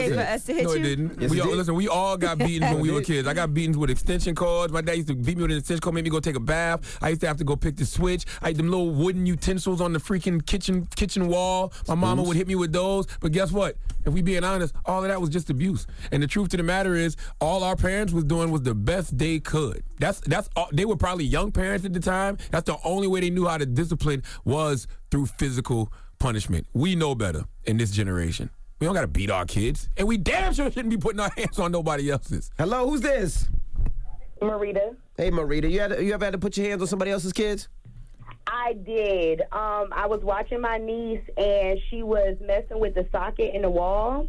no, it didn't.
Yes,
we
it
all,
did.
Listen, we all got beaten
<laughs>
when we
It
were
did.
kids. I got beaten with extension cords. My dad used to beat me with an extension cord, made me go take a bath. I used to have to go pick the switch. I had them little wooden utensils on the freaking kitchen kitchen wall. My mama
Spoons.
would hit me with those. But guess what? If we being honest, all of that was just abuse. And the truth to the matter is, all our parents was doing was the best they could. That's that's all, they were probably young parents at the time. That's the only way they knew how to discipline was through physical punishment. We know better in this generation. We don't gotta beat our kids, and we damn sure shouldn't be putting our hands on nobody else's.
Hello, who's this?
Marita.
Hey, Marita, you had you ever had to put your hands on somebody else's kids?
I did. Um, I was watching my niece, and she was messing with the socket in the wall.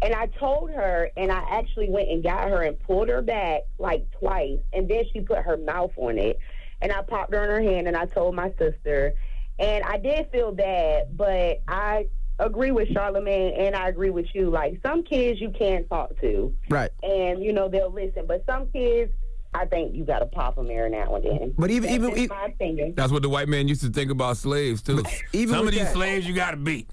And I told her, and I actually went and got her and pulled her back like twice. And then she put her mouth on it. And I popped her in her hand, and I told my sister. And I did feel bad, but I agree with Charlamagne, and I agree with you. Like, some kids you can't talk to,
Right.
and, you know, they'll listen. But some kids, I think you got to pop them every now and then.
But even,
That's
even,
just my opinion.
That's what the white man used to think about slaves too.
even
Some
with
of these
that-
slaves you gotta beat.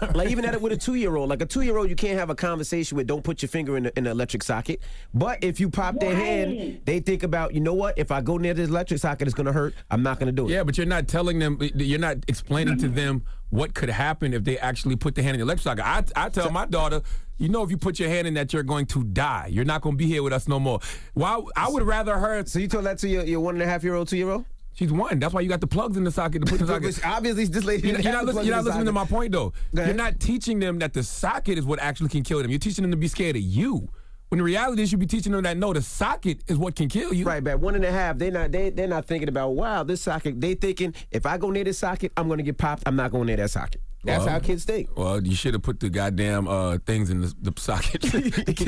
<laughs> like even at it with a two year old, like a two year old, you can't have a conversation with. Don't put your finger in, the, in the electric socket. But if you pop their hand,
Right.
they think about you know what? If I go near this electric socket, it's gonna hurt. I'm not gonna do it.
Yeah, but you're not telling them. You're not explaining to them what could happen if they actually put their hand in the electric socket. I, I tell my daughter, you know, if you put your hand in that, you're going to die. You're not going to be here with us no more. Why? I would rather her.
So you told that to your, your one and a half year old, two year old?
She's one. That's why you got the plugs in the socket to put
<laughs>
in the socket.
Obviously, this lady.
You're not,
didn't have
you're not
the
listen-
plug
you're
in
not
the
listening to my
socket.
point, though. You're not teaching them that the socket is what actually can kill them. You're teaching them to be scared of you. When the reality is, you be teaching them that no, the socket is what can kill you.
Right, but one and a half, they not they they're not thinking about wow this socket. They thinking if I go near this socket, I'm gonna get popped. I'm not going near that socket. That's
Well,
how kids think.
Well, you should have put the goddamn uh, things in the, the socket.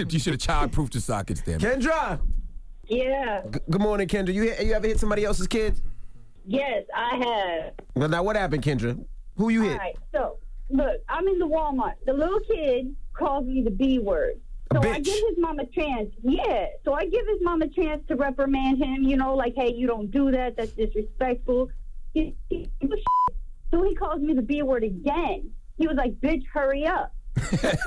<laughs> you should have child-proofed the sockets, damn it.
Kendra.
Yeah.
good morning, Kendra. You hit- you ever hit somebody else's kid?
Yes, I have.
Well, now what happened, Kendra? Who you hit?
All right. So, look, I'm in the Walmart. The little kid calls me the B word.
So I give his mom a chance. Yeah. So I give his mom a chance to reprimand him, you know, like, hey, you don't do that. That's disrespectful. He, he, he was <laughs> shit. so he calls me the B word again. He was like, bitch, hurry
<laughs>
up.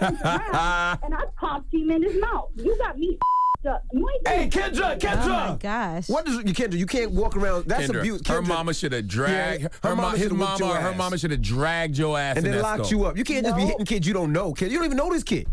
and I popped him in his mouth. You got me <laughs> up. You ain't
Hey,
gonna-
Kendra, Kendra.
Oh,
gosh.
What is you can't do? You can't walk around. That's
Kendra,
abuse.
Her
Kendra.
mama should have dragged
Yeah,
her,
her
mama,
mama
his
shoulda whooped
mama.
your
Her
ass.
mama should have dragged your ass
and
in
then
that
locked
skull.
you up. You can't just be
No.
hitting kids you don't know, kid. You don't even know this kid.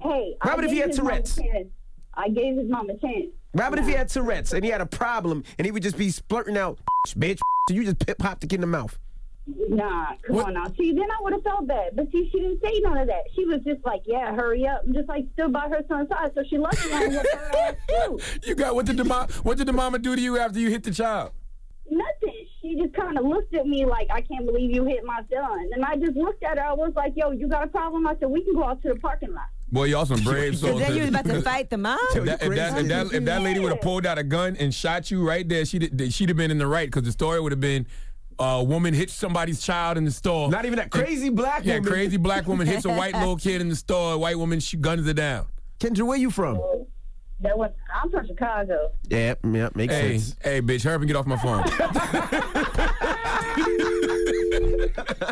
Hey,
What
I
happened if
gave
he had
his mom a
Tourette's?
chance. I gave his mom a chance.
What happened if he had Tourette's and he had a problem and he would just be splurting out, bitch, and you just pip, pop the kid in the mouth?
Nah, come on now. See, then I would have felt bad. But see, she didn't say none of that. She was just like, yeah, hurry up. And just like stood by her son's side. So she left me and whooped her ass too.
You got what did the mom? What did the mama do to you after you hit the child?
<laughs> Nothing. She just kind of looked at me like, I can't believe you hit my son. And I just looked at her. I was like, yo, you got a problem? I said, we can go out to the parking lot.
Boy, y'all
<laughs>
some brave
So
souls.
then you was
<laughs>
about to
Because
fight the mom?
If that, if, that, if, that, if that lady would have pulled out a gun and shot you right there, she'd have- she'd have been in the right because the story would have been a woman hits somebody's child in the store.
Not even that crazy black
yeah,
woman.
crazy black woman hits a white little kid <laughs> in the store. A white woman she guns it down.
Kendra, where you from?
That was, I'm from Chicago.
Yep, yep, makes
hey,
sense.
Hey, bitch, hurry up and get off my phone.
<laughs>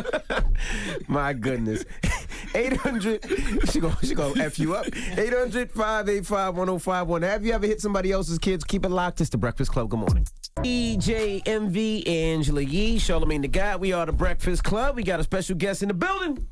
My goodness. <laughs> 800, she gonna, she gonna F you up. 800 585 1051. Have you ever hit somebody else's kids? Keep it locked. It's the Breakfast Club. Good morning. E DJ MV, Angela Yee, Charlemagne the Guy. We are the Breakfast Club. We got a special guest in the building.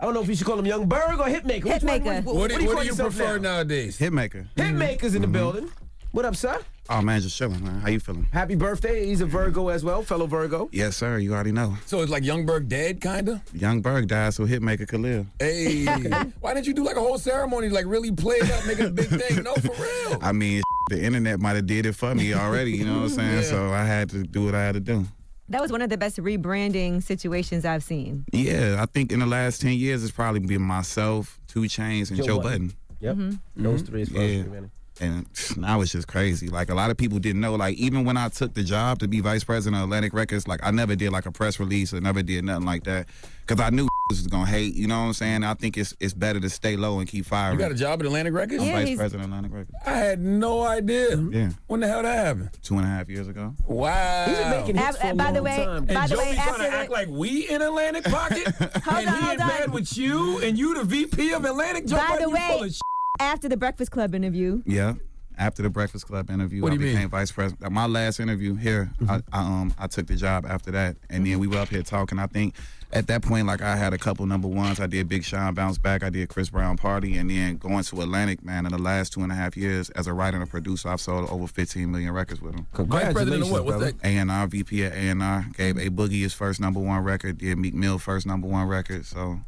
I don't know if you should call him Young Berg or Hitmaker. Which one-
Hitmaker.
What do,
you
what
call
do you
yourself
prefer
now?
nowadays? Mm-hmm.
Hitmaker.
Hitmaker's in the building. What up, sir?
Oh man, just chilling, man. How you feeling?
Happy birthday. He's a Virgo as well, fellow Virgo.
Yes, sir. You already know.
So it's like Youngberg dead, kinda.
Young Berg died, so Hitmaker could live.
Hey, <laughs> why didn't you do like a whole ceremony, like really play it up, make it a big thing? No, for real.
I mean, <laughs> the internet might have did it for me already. You know what
<laughs>
I'm saying? So I had to do what I had to do.
That was one of the best rebranding situations I've seen.
Yeah, I think in the last ten years, it's probably been myself, Two Chains, and Joe, Budden.
Yep.
Mhm.
Those three is
Mm-hmm. Yeah. And now it's just crazy. Like a lot of people didn't know. Like even when I took the job to be vice president of Atlantic Records, like I never did like a press release or never did nothing like that because I knew <laughs> was gonna hate. You know what I'm saying? I think it's it's better to stay low and keep
You
firing.
got a job at Atlantic Records?
I'm vice president of Atlantic Records.
I had no idea.
Yeah,
When the hell that happened?
two and a half years ago.
Wow.
He's been making
hits for a by the long way- time.
and
by the way,
Joey trying
after
to
the-
act like we in Atlantic Pocket,
<laughs>
and he in bed with you, and you the VP of Atlantic. Joe
By
Budden,
the
you full
way,
of shit.
after the Breakfast Club interview,
Yeah. After the Breakfast Club interview,
What do
I
you mean? Mm-hmm.
became vice president. My last interview here, I, I um I took the job after that, and then we were up here talking. I think at that point, like I had a couple number ones. I did Big Sean bounce back. I did Chris Brown party, and then going to Atlantic, man. In the last two and a half years, as a writer and a producer, I've sold over 15 million records with him.
Congratulations, Vice president of what? What's brother.
A and R VP at A and R gave A Boogie his first number one record. Did Meek Mill first number one record. So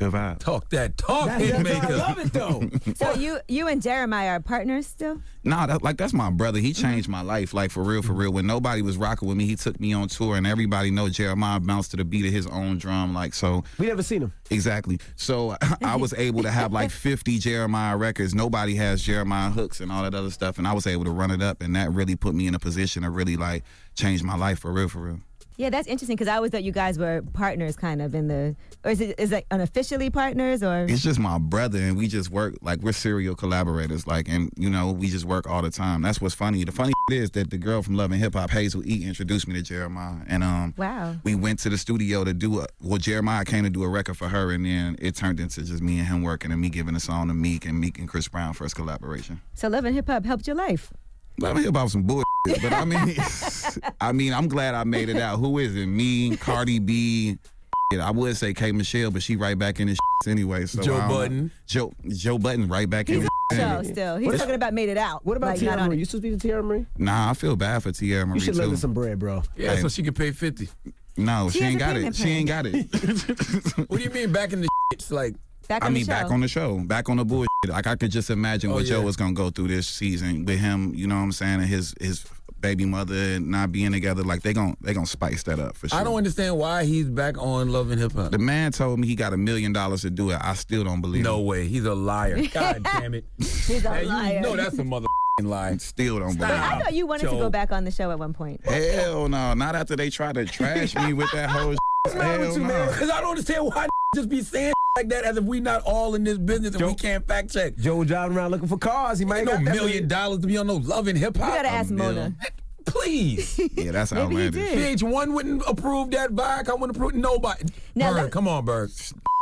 good vibe.
Talk that talk,
Hitmaker.
it though.
so you you and Jeremiah are partners still?
Nah, that, like that's my brother.
Mm-hmm.
He changed my life, like for real, for real. When nobody was rocking with me, he took me on tour, and everybody know Jeremiah bounced to the beat of his own drum, like so.
We never seen him.
Exactly. So <laughs> I was able to have like 50 Jeremiah records. Nobody has Jeremiah hooks and all that other stuff, and I was able to run it up, and that really put me in a position to really like change my life for real, for real.
Yeah, that's interesting because I always thought you guys were partners, kind of in the, or is it is it unofficially partners or?
It's just my brother, and we just work like we're serial collaborators. Like, and you know, we just work all the time. That's what's funny. The funny is that the girl from Love and Hip Hop, Hazel E, introduced me to Jeremiah, and um,
Wow.
we went to the studio to do a well jeremiah came to do a record for her and then it turned into just me and him working and me giving a song to meek and meek and chris brown for his collaboration
So love and hip hop helped your life.
let me hear about some bullshit but
<laughs>
i mean <laughs> i mean i'm glad i made it out who is it me cardi b shit, I would say K Michelle, but she right back in this anyway. So
Joe
I don't know.
Button.
Joe Joe Button right back in. this
Show still. He's talking about made it out.
What about
like, not
Tiara
on
Marie?
it.
You supposed to be the Tiara Marie?
Nah, I feel bad for Tierra Marie
You should
too.
lend her some bread, bro.
Yeah,
Hey.
so she could pay fifty.
No, she,
She has
ain't
a
got it.
payment
She ain't got it.
What do you mean back in the? It's like
Back
I mean, back on the show, back on the bullshit. Like I could just imagine
Oh,
what Joe
yeah.
was gonna go through this season with him. You know what I'm saying? And his his baby mother and not being together. Like they gon' they gonna spice that up for sure.
I don't understand why he's back on Love and Hip Hop.
The man told me he got a million dollars to do it. I still don't believe.
No
him.
way. He's a
<laughs>
liar. God damn it.
He's a
Hey,
liar.
You know that's a mother lie.
Still don't believe.
I
him.
thought you wanted to
Joe.
go back on the show at one point.
Hell no! Not
<laughs>
after they tried to trash me with that whole. What's
What's wrong with you, man? Because I don't understand why <laughs> just be saying like that as if we not all in this business and we can't fact check. Joe driving around looking for cars. He might no
got that
million dollars to be on no love and hip hop.
You gotta ask Mona. <laughs>
Please.
Yeah, that's
how
Maybe he outlandish. did.
VH1 wouldn't approve that. Viacom wouldn't approve nobody.
Now
Berg,
let-
come on, Berg.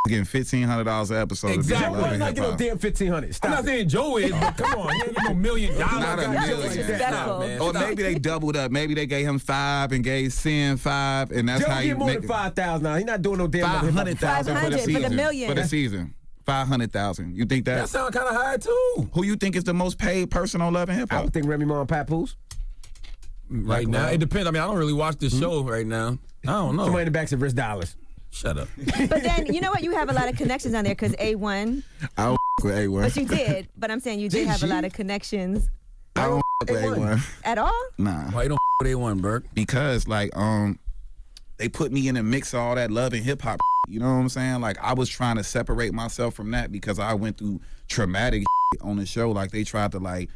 Getting fifteen hundred dollars an episode.
Exactly.
To be
I'm not getting no
damn
fifteen hundred.
I'm not saying Joe is, but come on, you ain't get no million dollars.
Not a
Gotta chill like
million.
that. Nah, man.
Or
Stop.
Oh, maybe they doubled up. Maybe they gave him five and gave Sin five, and that's
Joe
how you
get more
make
than five thousand now. He's not doing no damn
five hundred thousand for the season.
million.
For the season. Five hundred thousand. You think that?
That sound
kinda high too.
Who you think is the most paid person on Love and Hip Hop? I would
think Remy Ma and Papoose.
Right now, it depends. I mean, I don't really watch this show right now. I don't know. Somebody
in the back said Rich Dollars.
Shut up.
But then you know what? You have a lot of connections on there because A1,
<laughs> I don't with A one.
but you did. But I'm saying you did
Did
have a
she?
lot of connections
<laughs> I don't with A one.
at all.
Nah.
Why you don't with A1, Burke?
Because like um they put me in a mix of all that love and hip hop. You know what I'm saying? Like I was trying to separate myself from that because I went through traumatic on the show. Like they tried to like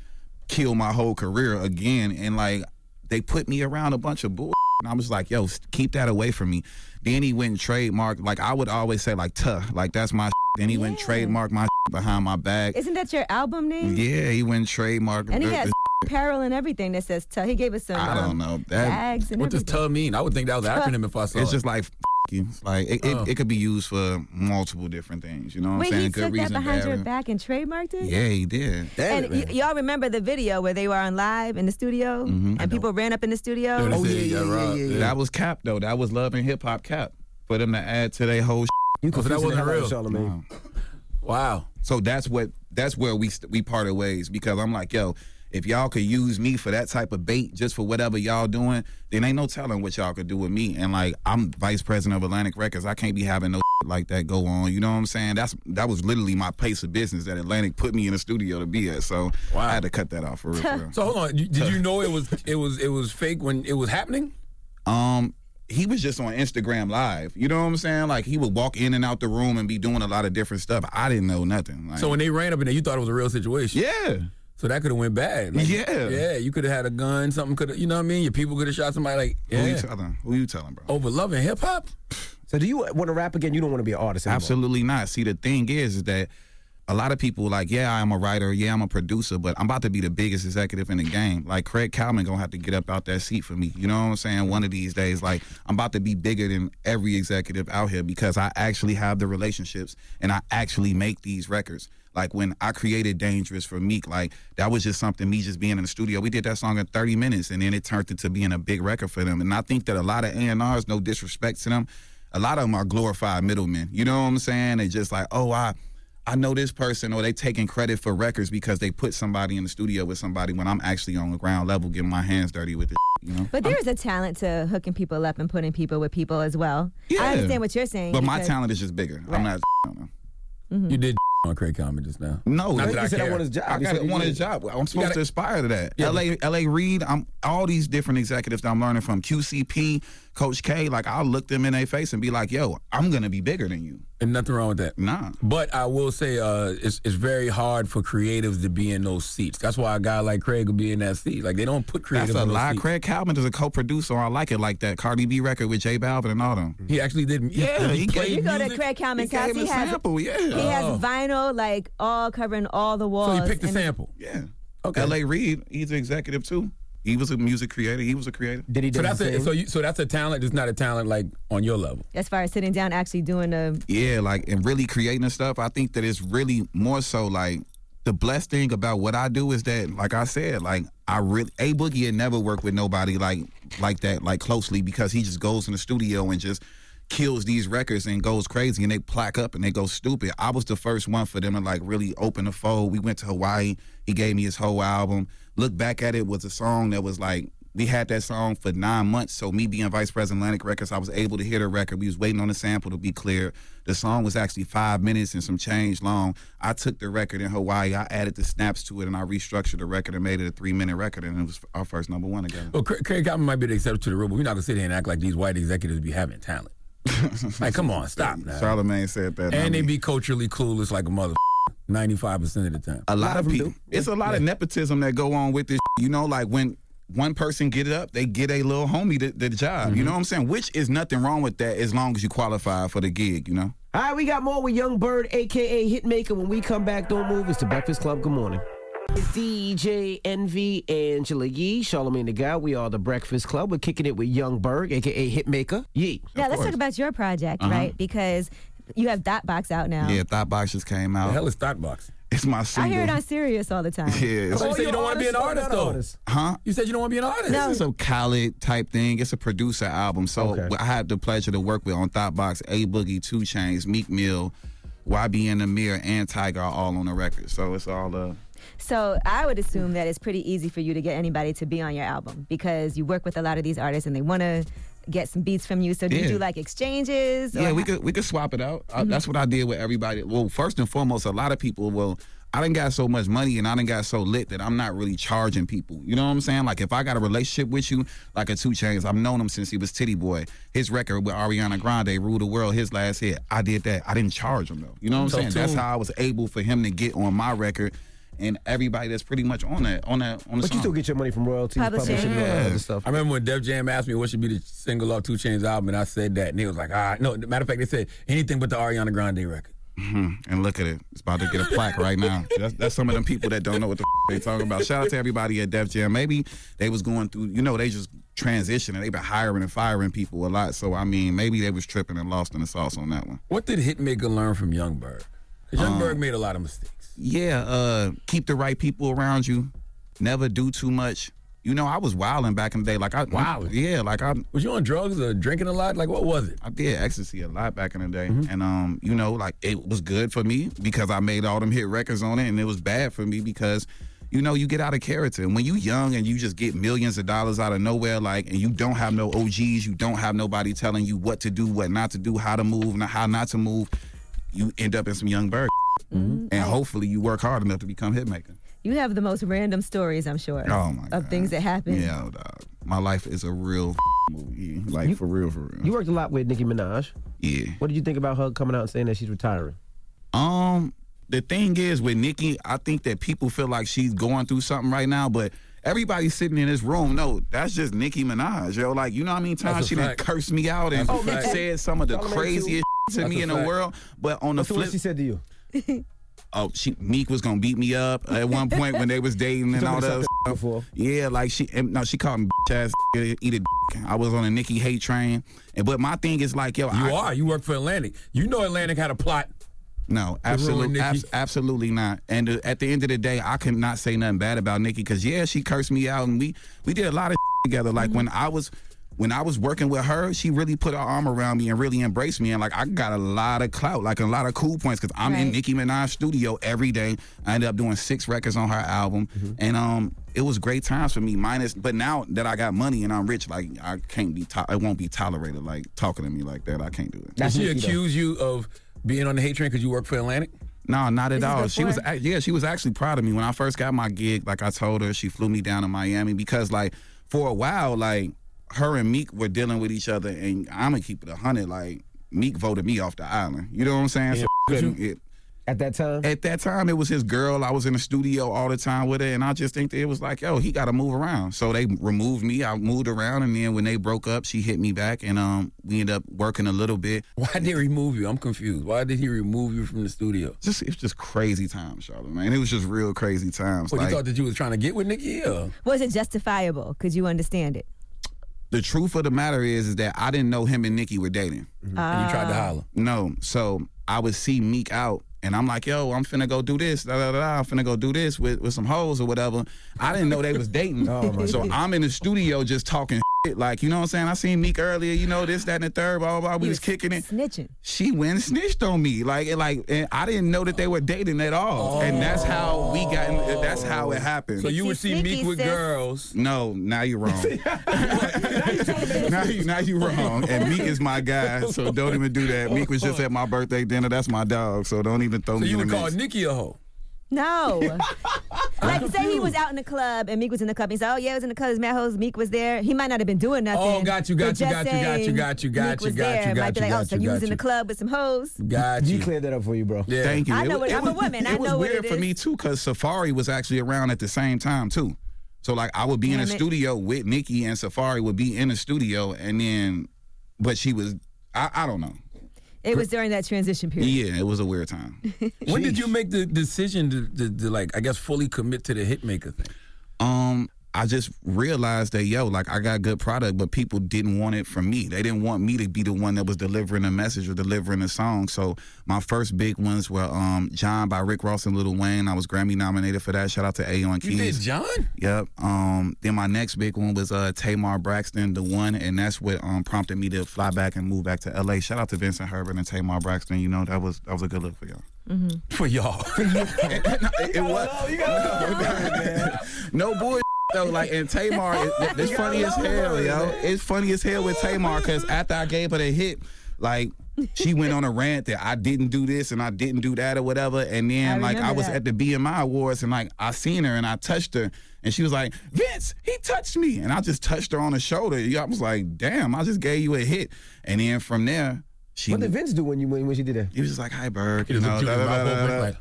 kill my whole career again and like they put me around a bunch of bull and I was like, yo, s- keep that away from me. Then he went and trademarked like I would always say like tuh, like that's my then he went and trademarked my behind my back.
Isn't that your album name?
Yeah, he went and trademarked
And he
the-
has apparel and everything that says Tub. He gave us some.
I
um,
don't know.
bags and
what does
everything.
tub mean? I would think that was an acronym if I saw it.
It's
Oh.
just like f- you. Like it, it, it could be used for multiple different things. You know what
Wait,
I'm saying?
he
Good
took
reason,
that behind
bad
your
reason.
back and trademarked it.
Yeah, he did.
and y- y'all remember the video where they were on live in the studio
Mhm. I
and people ran up in the studio?
Oh,
Oh,
That was cap though. That was love and hip hop cap for them to add to their whole.
You
confusing the hell out of Charlamagne. Wow.
So that's what that's where we st- we parted ways because I'm like, yo, if y'all could use me for that type of bait just for whatever y'all doing, then ain't no telling what y'all could do with me. And like, I'm vice president of Atlantic Records. I can't be having no like that go on. You know what I'm saying? That's that was literally my place of business that Atlantic put me in the studio to be at. So I had to cut
<laughs>
that off for real. For real.
So hold on. You-
<laughs>
Did you know it was it was it was fake when it was happening?
Um, he was just on Instagram Live. You know what I'm saying? Like he would walk in and out the room and be doing a lot of different stuff. I didn't know nothing. Like,
so when they ran up in there, you thought it was a real situation.
Yeah.
So that could have went bad. Like,
Yeah.
Yeah. You could have had a gun. Something could have. You know what I mean? Your people could have shot somebody. Like
who you
yeah.
telling? Who you telling, bro?
Over love and hip hop.
So do you want to rap again? You don't want to be an artist. Anymore.
Absolutely not. See, the thing is, is that a lot of people like, yeah, I'm a writer, yeah, I'm a producer, but I'm about to be the biggest executive in the game. Like Craig Calvin gonna have to get up out that seat for me. You know what I'm saying? One of these days, like I'm about to be bigger than every executive out here because I actually have the relationships and I actually make these records. Like when I created Dangerous for Meek, like that was just something me just being in the studio. We did that song in 30 minutes and then it turned into being a big record for them. And I think that a lot of A&Rs, no disrespect to them, a lot of them are glorified middlemen. You know what I'm saying? They just like, oh, I I know this person, or they taking credit for records because they put somebody in the studio with somebody when I'm actually on the ground level getting my hands dirty with this, you know.
But there is a talent to hooking people up and putting people with people as well.
Yeah.
I understand what you're saying.
But my
because-
talent is just bigger. I'm not.
You did <laughs> on Craig Common just now.
No,
Not that I
he said
care.
I want his job.
I
I
got
got
it,
want
wanted
his job. I'm supposed
gotta-
to aspire to that.
Yeah,
LA, LA Reed. I'm all these different executives that I'm learning from. QCP, Coach K. Like I'll look them in their face and be like, "Yo, I'm gonna be bigger than you."
And nothing wrong with that.
Nah.
But I will say, uh, it's it's very hard for creatives to be in those seats. That's why a guy like Craig will be in that seat. Like they don't put creatives.
That's a
in those
lie.
seats.
Craig Calvin is a co-producer. I like it like that. Cardi B record with J Balvin and all them.
He actually did.
Yeah, he,
If you
gave
go to
music-
Craig Calman's
he
house,
gave
he
a
has
sample, yeah.
he has
Oh.
vinyl like all covering all the walls.
So you picked the
and-
sample.
Yeah. Okay. L.A. Reid, he's an executive too. He was a music creator. He was a creator.
Did he
So that's a, so you so that's a talent. It's not a talent like on your level.
As far as sitting down, actually doing the
Yeah, like and really creating and stuff. I think that it's really more so like the blessed thing about what I do is that, like I said, like I really a boogie had never worked with nobody like like that like closely because he just goes in the studio and just kills these records and goes crazy and they plaque up and they go stupid. I was the first one for them to like really open the fold. We went to Hawaii. He gave me his whole album. Look back at it was a song that was like we had that song for nine months. So me being vice president of Atlantic Records, I was able to hear the record. We was waiting on the sample to be cleared. The song was actually five minutes and some change long. I took the record in Hawaii. I added the snaps to it and I restructured the record and made it a three minute record and it was our first number one together.
Well, Craig, Craig Common might be the exception to the rule, but we're not gonna sit here and act like these white executives be having
<laughs>
talent. like, come on, stop now.
Charlemagne said that.
and they be culturally clueless like
<laughs>
a mother. Ninety-five percent of the time,
a lot, of people. It's a lot of nepotism that go on with this. You know, like when one person get it up, they get a
Mm-hmm.
little homie the, the job. You know what I'm saying? Which is nothing wrong with that as long as you qualify for the gig. You know.
All right, we got more with Young Bird, aka Hitmaker. When we come back, don't move. It's the Breakfast Club. Good morning. It's DJ NV Angela Yee, Charlamagne the Guy. We are the Breakfast Club. We're kicking it with Young Bird, aka Hitmaker. Yee.
Now let's talk about your project,
Uh-huh.
right? Because you have Dot Box out now.
Yeah, Thought Box just came out. The hell
is Thought Box?
It's my
I
single.
hear it on Sirius all the time.
<laughs> Yeah.
Oh,
it's-
you said you don't want to be an artist, though.
Huh?
You said you don't want to be an artist.
This is a Khaled type thing. It's a producer album. So I had the pleasure to work with on Thought Box, A Boogie, Two Chains, Meek Mill, YB and the Mirror, and Tiger are all on the record. So it's all uh
So I would assume that it's pretty easy for you to get anybody to be on your album because you work with a lot of these artists and they want to get some beats from you. So do you
Yeah.
do like exchanges? or
Yeah, we
how-
could we could swap it out. I-
Mhm.
Mm-hmm.
that's what I did with everybody. Well, first and foremost, a lot of people will. I done got so much money and I done got so lit that I'm not really charging people. You know what I'm saying? Like if I got a relationship with you, like a two chains, I've known him since he was Titty Boy. His record with Ariana Grande, Rule the World, his last hit. I did that. I didn't charge him though. You know what I'm
So
saying? That's
tune.
how I was able for him to get on my record and everybody that's pretty much on that on that on
But
the
you
song.
still
get your money from royalties,
Publishing.
publishing, all that
Yeah.
other stuff.
I remember when Def Jam asked me what should be the single off Two Chains album, and I said that, and he was like, "All right, no." Matter of fact, they said anything but the Ariana Grande record.
Mhm. And look at it. It's about to get a plaque right now. That's, that's some of them people that don't know what the f- they talking about. Shout out to everybody at Def Jam. Maybe they was going through, you know, they just transitioning. They been hiring and firing people a lot. So, I mean, maybe they was tripping and lost in the sauce on that one.
What did Hitmaker learn from Youngberg? Because
Um,
Youngberg made a lot of mistakes.
Yeah, uh, keep the right people around you. Never do too much. You know, I was wilding back in the day. Like I wow, yeah, like I
was you on drugs or drinking a lot? Like what was it? Mm-hmm.
I did ecstasy a lot back in the day, and um, you know, like it was good for me because I made all them hit records on it, and it was bad for me because, you know, you get out of character. And when you young and you just get millions of dollars out of nowhere, like, and you don't have no OGs, you don't have nobody telling you what to do, what not to do, how to move, and how not to move, you end up in some young bird.
Mm-hmm.
And hopefully, you work hard enough to become hit maker.
You have the most random stories, I'm sure.
Oh, my
Of things that happen.
Yeah, dog. My life is a real movie. Like for real, for real.
You worked a lot with Nicki Minaj.
Yeah.
What did you think about her coming out and saying that she's retiring?
Um, the thing is with Nikki, I think that people feel like she's going through something right now, but everybody sitting in this room, no, that's just Nicki Minaj, yo. Like, you know how many
That's
times
a
she done
fact.
cursed me out and
That's a fact.
said some of the
Charlamagne too.
craziest to
That's
me
a
in the
fact.
world. But on the
What's the- what
flip,
she said to you?
oh, she Meek was gonna beat me up at one point when they was dating and
told me
all
this
that.
out
stuff. Yeah, like she and- no, she called me bitch ass <laughs> eat a dick. I was on a Nikki hate train, and but my thing is like, yo,
You
I,
are. You work for Atlantic. You know Atlantic had a plot.
No,
To ruin
absolutely,
Nicki.
abs- absolutely not. And uh, at the end of the day, I could not say nothing bad about Nikki because yeah, she cursed me out, and we we did a lot of <laughs> together.
Mm-hmm.
Like when I was when I was working with her, she really put her arm around me and really embraced me, and like I got a lot of clout, like a lot of cool points because I'm in
Right.
Nicki Minaj studio every day. I ended up doing six records on her album, and um, it was great times for me. Minus, but now that I got money and I'm rich, like I can't be, to- it won't be tolerated. Like talking to me like that, I can't do it.
Did she accuse you of being on the hate train because you work for Atlantic?
No, not at
This is
all. She was,
before?
ac- yeah, she was actually proud of me when I first got my gig. Like I told her, she flew me down to Miami because, like, for a while, like her and Meek were dealing with each other, and I'm gonna keep it a hundred. Like Meek voted me off the island. You know what I'm saying?
<laughs>
So couldn't- it-
at that time,
at that time, it was his girl. I was in the studio all the time with her, and I just think that it was like, yo, he got to move around. So they removed me. I moved around, and then when they broke up, she hit me back, and um, we ended up working a little bit.
<laughs> Why did he remove you? I'm confused. Why did he remove you from the studio?
Just it was just crazy times, Charlotte, man. It was just real crazy times.
What
like-
you thought that
<laughs>
you was trying to get with Nikki? Yeah.
Was it justifiable? Could you understand it?
the truth of the matter is, is that I didn't know him and Nikki were dating.
And you tried to Ah.
holler.
No, so I would see Meek out, and I'm like, "Yo, I'm finna go do this, da da da. da. I'm finna go do this with, with some hoes or whatever." I didn't know they
<laughs>
was dating,
Oh,
my
so I'm in the studio just talking. <laughs> shit, Like you know what I'm saying? I seen Meek earlier, you know this, that, and the third. Blah blah. blah. We was kicking it.
Snitching.
She went and snitched on me. Like it, like and I didn't know that they were dating at all.
Oh.
And that's how Oh, we got. in- That's how it happened.
So you would see Meek with girls.
No, now you're wrong. <laughs> now you now you wrong. And Meek is my guy, so don't even do that. Meek was just at my birthday dinner. That's my dog, so don't even throw
<laughs> So
me
you
in
would
the
call
mix.
Nikki a hoe. <laughs>
No. like, say he was out in the club and Meek was in the club. He said, "Oh yeah, I was in the club. There's Mad Hoes. Meek was there. He might not have been doing nothing.
Oh, got you, got
but
you,
just
got you, got you,
saying
got you, got
Meek
you,
was
got you,
there.
got
might be
you,
like, oh,
got
so
you,
you was
got
in the
you.
club with some hoes.
Got you.
cleared that up for you, bro.
Yeah.
Thank you.
I know
wa-
what- I'm a
was-
woman. I
It was
know what
weird
it
for
is.
me too, cause Safari was actually around at the same time too. So like I would be in
Damn
the
it.
studio with Nikki, and Safari would be in the studio, and then, but she was, I, I don't know.
It was during that transition period.
Yeah, it was a weird time.
When
<laughs>
did you make the decision to, to, to like, I guess, fully commit to the hitmaker thing?
Um, I just realized that yo, like I got good product, but people didn't want it from me. They didn't want me to be the one that was delivering a message or delivering a song. So my first big ones were um, John by Rick Ross and Lil Wayne. I was Grammy nominated for that. Shout out to A on Keys.
You did John?
Yep. Um, then my next big one was uh, Tamar Braxton, the one, and that's what um, prompted me to fly back and move back to LA. Shout out to Vincent Herbert and Tamar Braxton. You know that was that was a good look for y'all.
For y'all.
it, was. <laughs> no bull. Though, like, and
<laughs>
Tamar, is, it's
You gotta
funny as
love
hell,
her,
yo. It's funny as hell with Tamar because after I gave her the hit, like, she went on a rant that I didn't do this and I didn't do that or whatever. And then,
I
like, I
remember
was
that.
at the BMI Awards and, like, I seen her and I touched her. And she was like, Vince, he touched me. And I just touched her on the shoulder. Yeah, I was like, damn, I just gave you a hit. And then from there, she.
What did Vince do when you when, when she did that?
He was just like, "Hi, Berg."
He
You know, da, da, da, da, da.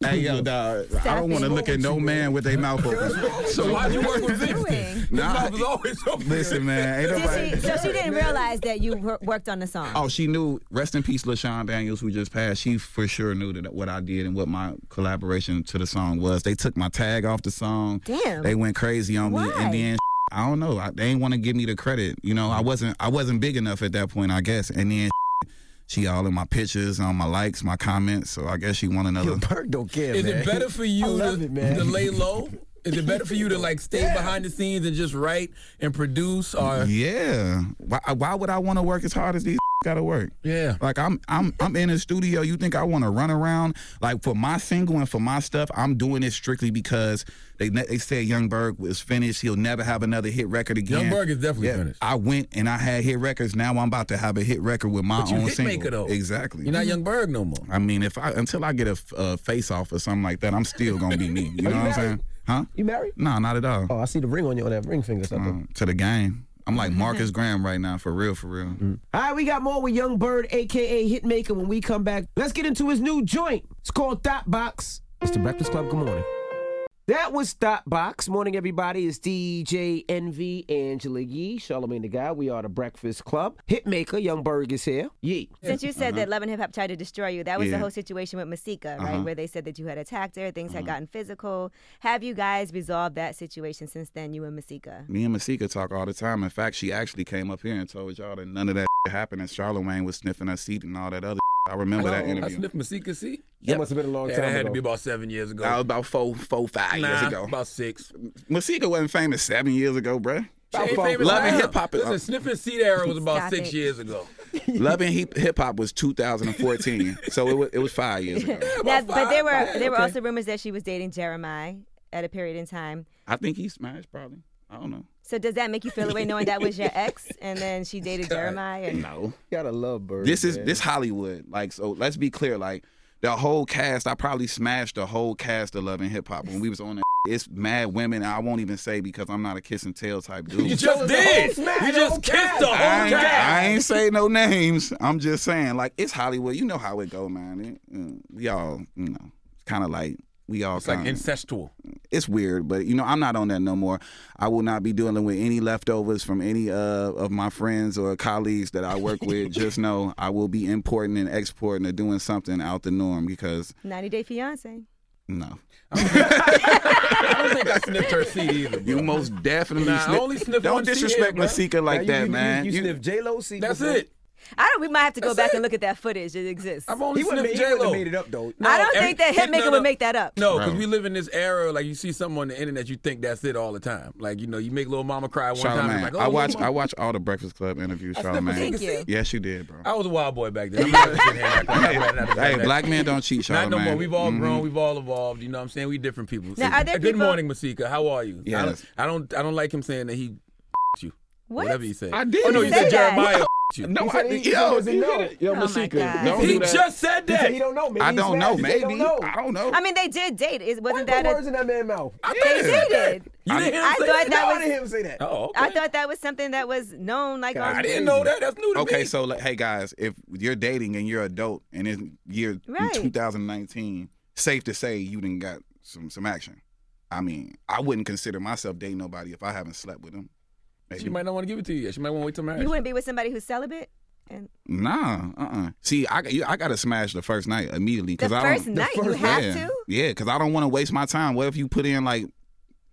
Hey yo, dog! I don't want to look at no man with their mouth open.
<laughs> So why'd you work with
Vince?
His
Nah,
mouth was always open.
listen, man. Ain't nobody.
Did she, so she didn't realize that you wor- worked on the song.
Oh, she knew. Rest in peace, LaShawn Daniels, who just passed. She for sure knew that what I did and what my collaboration to the song was. They took my tag off the song.
Damn.
They went crazy on me,
Why?
and then I don't know. I, they ain't want to give me the credit. You know, I wasn't. I wasn't big enough at that point, I guess. And then <laughs> she all in my pictures, on my likes, my comments. So I guess she want another. Your
Berg don't care,
Is it better for you to,
man.
to lay low? Is it better for you to like stay behind the scenes and just write and produce? Or
Yeah. Why, why would I want to work as hard as these <laughs> gotta work?
Yeah.
Like I'm I'm I'm in a studio. You think I want to run around? Like for my single and for my stuff, I'm doing it strictly because they ne- they said Young Berg was finished. He'll never have another hit record again.
Young Berg is definitely
Yeah.
finished.
I went and I had hit records. Now I'm about to have a hit record with my
But you
own
hit
single.
maker, though.
Exactly.
You're not Young Berg no more.
I mean, if I until I get a, f- a face off or something like that, I'm still gonna be me. You know
Are you
<laughs>
what I'm
married?
saying? Huh?
You married?
No, not at all. Mm.
Oh, I see the ring on you on that ring finger. Something.
To the game. I'm like
Mm-hmm.
Marcus Graham right now, for real, for real.
All right, we got more with Young Bird, aka Hitmaker, when we come back. Let's get into his new joint. It's called Thought Box. It's the Breakfast Club. Good morning. That was Thought Box. Morning, everybody. It's DJ NV, Angela Yee, Charlemagne the Guy. We are the Breakfast Club. Hitmaker, Young Berg is here. Yee.
Since you said
Uh-huh.
that Love and Hip Hop tried to destroy you, that was
Yeah.
the whole situation with Masika, right?
Uh-huh.
Where they said that you had attacked her, things
Uh-huh.
had gotten physical. Have you guys resolved that situation since then, you and Masika?
Me and Masika talk all the time. In fact, she actually came up here and told y'all that none of that happened and Charlemagne was sniffing her seat and all that other I remember that
Oh, I
interview.
sniffed Masika seat.
Yep. must have been a long
yeah,
time
That had
ago.
to be about seven years ago.
That was about four, four, five
nah,
years ago.
About six.
Masika wasn't famous seven years ago, bruh.
She ain't famous
Love
now.
and hip hop.
Listen, sniffing seat era was about
Stop
six
it.
years ago.
Love and hip hop was 2014, so it was it was five
<laughs>
years ago.
Now, but there were
five,
there were
okay.
also rumors that she was dating Jeremiah at a period in time.
I think he smashed probably. I don't know.
So does that make you feel away knowing that was your ex, and then she dated Jeremiah? And
No.
Gotta love Bird.
This is
man.
this Hollywood. Like, so let's be clear. Like, the whole cast. I probably smashed the whole cast of Love and Hip Hop when we was on that. It's mad women. I won't even say because I'm not a kiss and tell type dude.
You just did. You just kissed the whole
I ain't,
cast.
I ain't say no names. I'm just saying, like, it's Hollywood. You know how it go, man. It, mm, we all, you know, kind of like we all.
It's like
kinda-
incestual.
It's weird, but you know, I'm not on that no more. I will not be dealing with any leftovers from any uh, of my friends or colleagues that I work
<laughs>
with. just know I will be importing and exporting or doing something out the norm because
90 Day Fiance.
no.
<laughs> I don't think I
<laughs>
sniffed her seat either.
You most definitely
Nah, I
sniff-
only sniffed
Don't
one seat
disrespect
here, bruh.
Masika
Nah,
like
you-
that,
you- you-
man.
you
sniffed J Lo seat.
That's
before.
it.
I don't. We might have to go
That's
back
it.
and look at that footage. It exists.
I've only
He wouldn't
sniffed
ma- he wouldn't
J-Lo.
have made it up, though.
I don't
every-
think that Hitmaker
no, no.
would make that up.
No, because we live in this era. Like you see something on the internet, you think that's it all the time. Like you know, you make little mama cry one time.
Charlamagne,
it's Like, oh,
I watch
Lil
<laughs> I
Mama.
watch all the Breakfast Club interviews,
sniffed
Charlamagne.
Masika seat.
Yes, you did, bro.
I was a wild boy back then. I'm not gonna sit here and act like I'm not gonna-
<laughs> Hey, black men don't cheat,
Not no
Charlamagne.
more. We've all
Mhm.
grown. We've all evolved. You know what I'm saying? We different people.
Now, are there
Good
people-
morning, Masika. How are you? I
Yes.
don't, I don't. I don't like him saying that he <laughs> you.
What?
Whatever you say.
I did.
Oh no, you
He
said
said that. <laughs>
Jeremiah. <laughs> you.
No, He said I- he- he yo, said he you did know. it. Yo,
Oh, my
Masika,
God.
don't
he
do that.
just said
He
that.
said he don't know. Maybe I he's don't mad. know. He said he Maybe. don't know. I don't know.
I mean, they did date. Is wasn't
Put
that a
words in that man's mouth.
They
Yeah.
dated.
You didn't hear him
I
say
thought
that?
that
No, I
was.
didn't hear him say that. Oh, okay.
I thought that was something that was known. Like on-
That's new
to okay, me. so like, hey guys, if you're dating and you're adult and it's year
Right.
2019, safe to say you didn't got some some action. I mean, I wouldn't consider myself dating nobody if I haven't slept with them.
She might not want to give it to you yet. She might want to wait till marriage.
You wouldn't be with somebody who's celibate And
Nah, uh, uh See, I you, I gotta smash the first night immediately because
The
I don't-
first The night? You first have
yeah,
to?
Yeah, because I don't want to waste my time. What if you put in like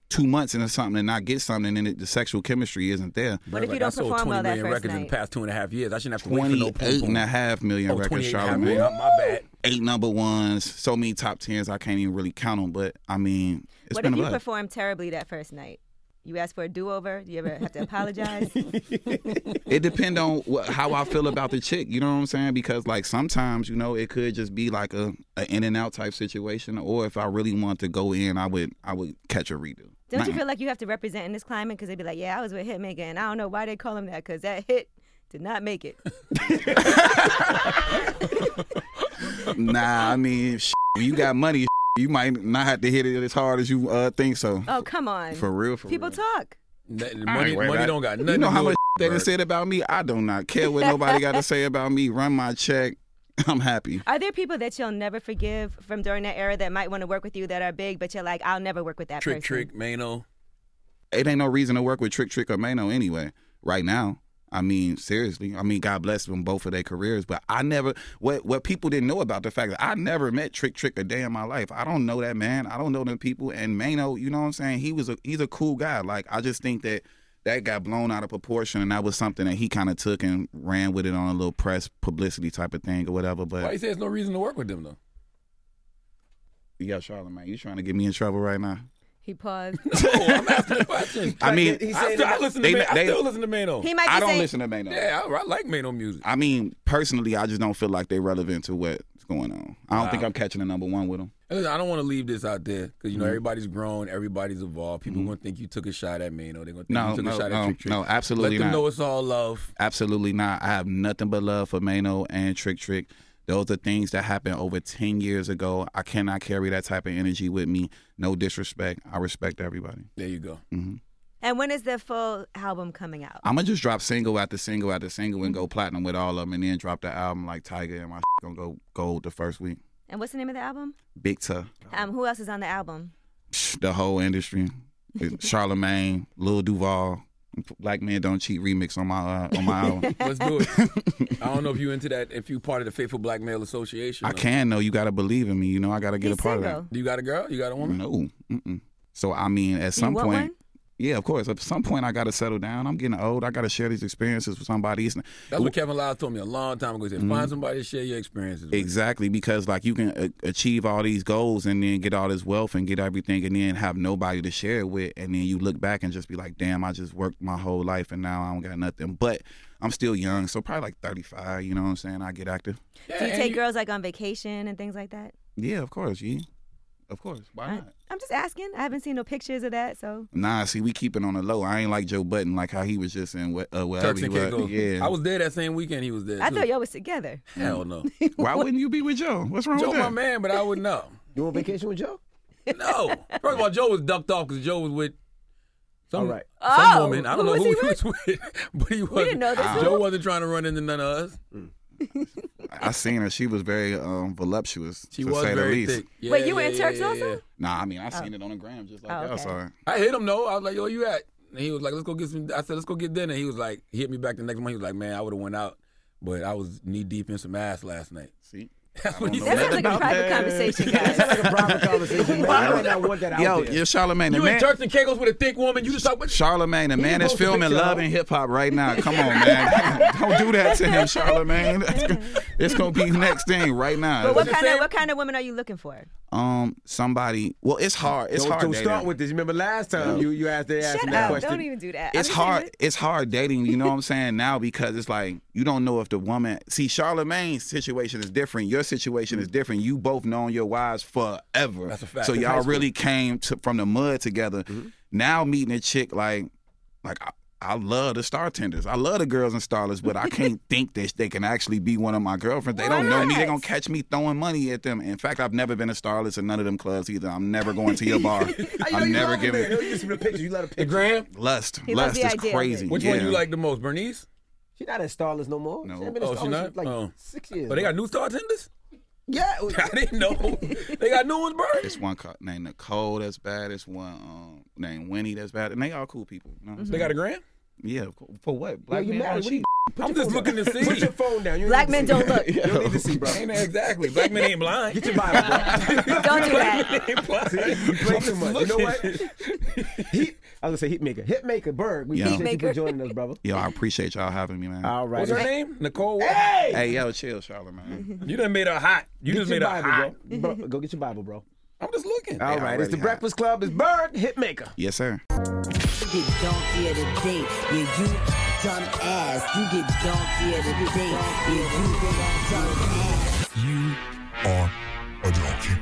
two months into something and not get something, and then it, the sexual chemistry isn't there?
Bruh, like, I sold 20 million records in the past two and a half years. I shouldn't have to wait for no
Twenty-eight and a half million
Oh,
records,
28 and a half
Charlamagne.
million. My bad.
Eight number ones, so many top tens. I can't even really count them. But I mean, it's
what
been a
if you
lot.
perform terribly that first night? You ask for a do-over. Do you ever have to apologize?
it depend on what, how I feel about the chick. You know what I'm saying? Because like sometimes, you know, it could just be like a, a in and out type situation. Or if I really want to go in, I would I would catch a redo.
Don't you
Nah.
feel like you have to represent in this climate? Because they'd be like, "Yeah, I was with Hitmaker, and I don't know why they call him that. Because that hit did not make
<laughs>
it."
nah, I mean, <laughs> sh- when you got money, <laughs> sh- you might not have to hit it as hard as you uh, think. So
oh, come on.
For real, for
People talk.
Ain't
money,
worried
money
about it.
don't got nothing.
You know
to
how
do
much
with
they done
it,
said about me? I do not care what nobody got to say about me. Run my check. <laughs> I'm happy.
Are there people that you'll never forgive from during that era that might want to work with you that are big, but you're like, I'll never work with that
Trick,
person?
trick.
Mano.
It ain't no reason to work with Trick Trick or Mano anyway. Right now. I mean, seriously. I mean, God bless them both for their careers. But I never what what people didn't know about the fact that I never met Trick Trick a day in my life. I don't know that man. I don't know them people. And Mano, you know what I'm saying? He was a he's a cool guy. Like I just think that that got blown out of proportion and that was something that he kind of took and ran with it on a little press publicity type of thing or whatever. But
Why you say there's no reason to work with them though?
Yeah, Charlamagne, you trying to get me in trouble right now?
He
<laughs>
paused.
Oh,
<laughs>
I mean,
I, still, I listen to
they-
Man- I
they-
still listen to Mano.
He might be
I don't
saying-
listen to Mano.
Yeah, I, I like Mano music.
I mean, personally, I just don't feel like they're relevant to what's going on. I don't
Wow.
think I'm catching a number one with them.
And listen, I don't want to leave this out there because you know
Mhm.
everybody's grown, everybody's evolved. People gonna think you took a shot at Mano. They're gonna think
Mm-hmm. No,
you took
no,
a shot at
no,
Trick Trick.
no, absolutely
Let them
not.
know it's all love.
Absolutely not. I have nothing but love for Mano and Trick Trick. Those are things that happened over 10 years ago. I cannot carry that type of energy with me. No disrespect. I respect everybody.
There you go.
hmm
And when is the full album coming out?
I'm going to just drop single after single after single and go platinum with all of them and then drop the album like Tiger and my <laughs> going to go gold the first week.
And what's the name of the album?
Big Tuh.
Um, who else is on the album?
Psh, the whole industry.
<laughs>
Charlemagne, Lil Duval, Black Men Don't Cheat remix on my uh, on my album.
<laughs> Let's do
<laughs>
it. I don't know if you into that. If you part of the Faithful Black Male Association,
I
or-
can though. You gotta believe in me. You know I gotta get a part of
Do you got a girl? You got a
that.
woman?
No. Mm-mm. So I mean, at
You
some
want
point.
one?
Yeah, of course. At some point, I gotta settle down. I'm getting old. I gotta share these experiences with somebody. It's-
That's what Kevin Lyles told me a long time ago. He said,
Mhm.
"Find somebody to share your experiences." with."
Exactly, because like you can a- achieve all these goals and then get all this wealth and get everything and then have nobody to share it with, and then you look back and just be like, "Damn, I just worked my whole life and now I don't got nothing." But I'm still young, so probably like 35. You know what I'm saying? I get active.
Do you take girls like on vacation and things like that?
Yeah, of course, yeah, of course. Why
I-
not?
I'm just asking. I haven't seen no pictures of that, so
Nah, see, we keep it on the low. I ain't like Joe Button, like how he was just in what, uh, wherever
Turks
he
and
was.
Caicos.
Yeah,
I
<laughs>
was there that same weekend. He was there.
I
too.
thought y'all was together.
Hell no.
Why wouldn't you be with Joe? What's wrong
Joe,
with
my <laughs>
that?
man, but I would know.
You on vacation with Joe?
No. First of all, Joe was ducked off because Joe was with some,
All right.
some
Oh,
woman. I
who
don't know
was
who
he
he <laughs> was with, but he was.
didn't know this.
Joe wasn't trying to run into none of us.
I seen her. She was very um, voluptuous.
She
to
was
say
very
the least.
thick. Yeah, Wait, you were in yeah, Turks yeah,
also?
Nah, I mean, I
Oh.
seen it on the gram just like
Oh,
y'all
okay.
saw it.
I hit him though. I was like, "Yo, where you at?" And he was like, "Let's go get some." I said, "Let's go get dinner." He was like, he hit me back the next morning. He was like, "Man, I would have went out, but I was knee deep in some ass last night."
See.
<laughs> That's what he
know
said.
nothing That sounds like a about private that. <laughs> conversation, guys.
That's like a private conversation,
man. You might not want that out Yo, there. you're Charlemagne, the
You
man-
in Turks and Caicos with a thick woman. You just talk.
Charlemagne, the
He
man that's
posted a
filming
picture,
love
huh?
and hip hop right now.
<laughs>
Come on, man. <laughs> Don't do that to him, Charlemagne. It's gonna be next thing right now.
But what kind of what kind of women are you looking for?
um, somebody. Well, it's hard. It's
Don't-
hard. Uh,
don't
dating.
start with this. You remember last time you, you asked they asked me
Shut
that
up!
question.
Don't even do that. I'm
it's
just saying
hard.
that-
It's hard dating. You
<laughs>
know what I'm saying now because it's like you don't know if the woman. See, Charlemagne's situation is different. Your situation
Mm.
is different. You both known your wives forever.
That's a fact.
So
Since high school.
y'all
Mm-hmm.
really came to, from the mud together. Now meeting a chick like, like I, I love the star tenders. I love the girls and starlets, but
<laughs>
I can't think that they can actually be one of my girlfriends. They don't know me. They gonna catch me throwing money at them. In fact, I've never been a starlet in none of them clubs either. I'm never going to your
<laughs>
bar.
I know
I'm
you
never
love the
giving
man. You just from the picture. You let a picture.
The gram?
lust.
He loves
lust
the
is
idea of it.
crazy.
Which one
Yeah.
you like the most, Bernice?
She not at Starless no more.
No.
She ain't been
Oh,
at
she
Starless
not?
for like
Oh.
six years.
Oh, they got new star tenders?
Yeah.
I didn't know. they got new ones, bro.
It's one co- named Nicole that's bad. It's one um, named Winnie that's bad. And they all cool people. You know what I'm
They
saying?
got a gram?
Yeah, of course. For what?
Yo, you
men
married. What
don't
are Mm-hmm. you
cheat.
I'm just looking to see.
Put your phone down. You
Black men don't look.
You don't need to see, bro.
Ain't that exactly. Black men ain't blind. Get your Bible.
Don't do that.
You play too much. You know what? Heat, I was gonna say heat maker, hit maker, Berg. We
Yeah.
appreciate you for
Hitmaker.
joining us, brother.
Yo, I appreciate y'all having me, man.
All right.
What's her name? Nicole. What?
Hey, yo, chill, Charlamagne.
You done made her hot. You
Get
just
your
made her
Bible,
hot.
Bro. Bro, Go get your Bible, bro.
I'm just looking.
All
They
right, it's
already
the
hot.
Breakfast Club. It's Berg, Hitmaker.
Yes, sir.
You get donkey of the day. Yeah, you dumb ass. You get donkey of the day. Yeah, you dumb ass.
You are a donkey.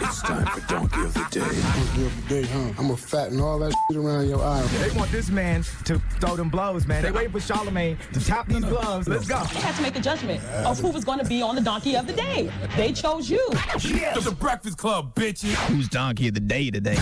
it's time for donkey of the
Donkey of the day, huh? I'm gonna fatten all that shit around your eye.
They want this man to throw them blows, man. They waiting for Charlemagne to top these gloves. Let's go.
They had to make a judgment of who was going to be on the donkey of the day. They chose you.
The Breakfast Club, bitches.
Who's donkey of the day today?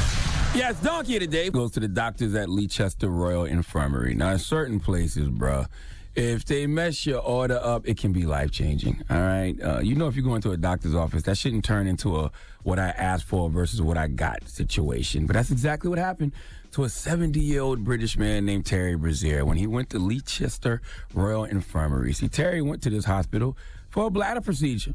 Yes, donkey today goes to the doctors at Leicester Royal Infirmary. Now, in certain places, bruh, if they mess your order up, it can be life changing. All right, uh, you know, if you go into a doctor's office, that shouldn't turn into a what I asked for versus what I got situation. But that's exactly what happened to a 70 year old British man named Terry Brazier when he went to Leicester Royal Infirmary. See, Terry went to this hospital for a bladder procedure.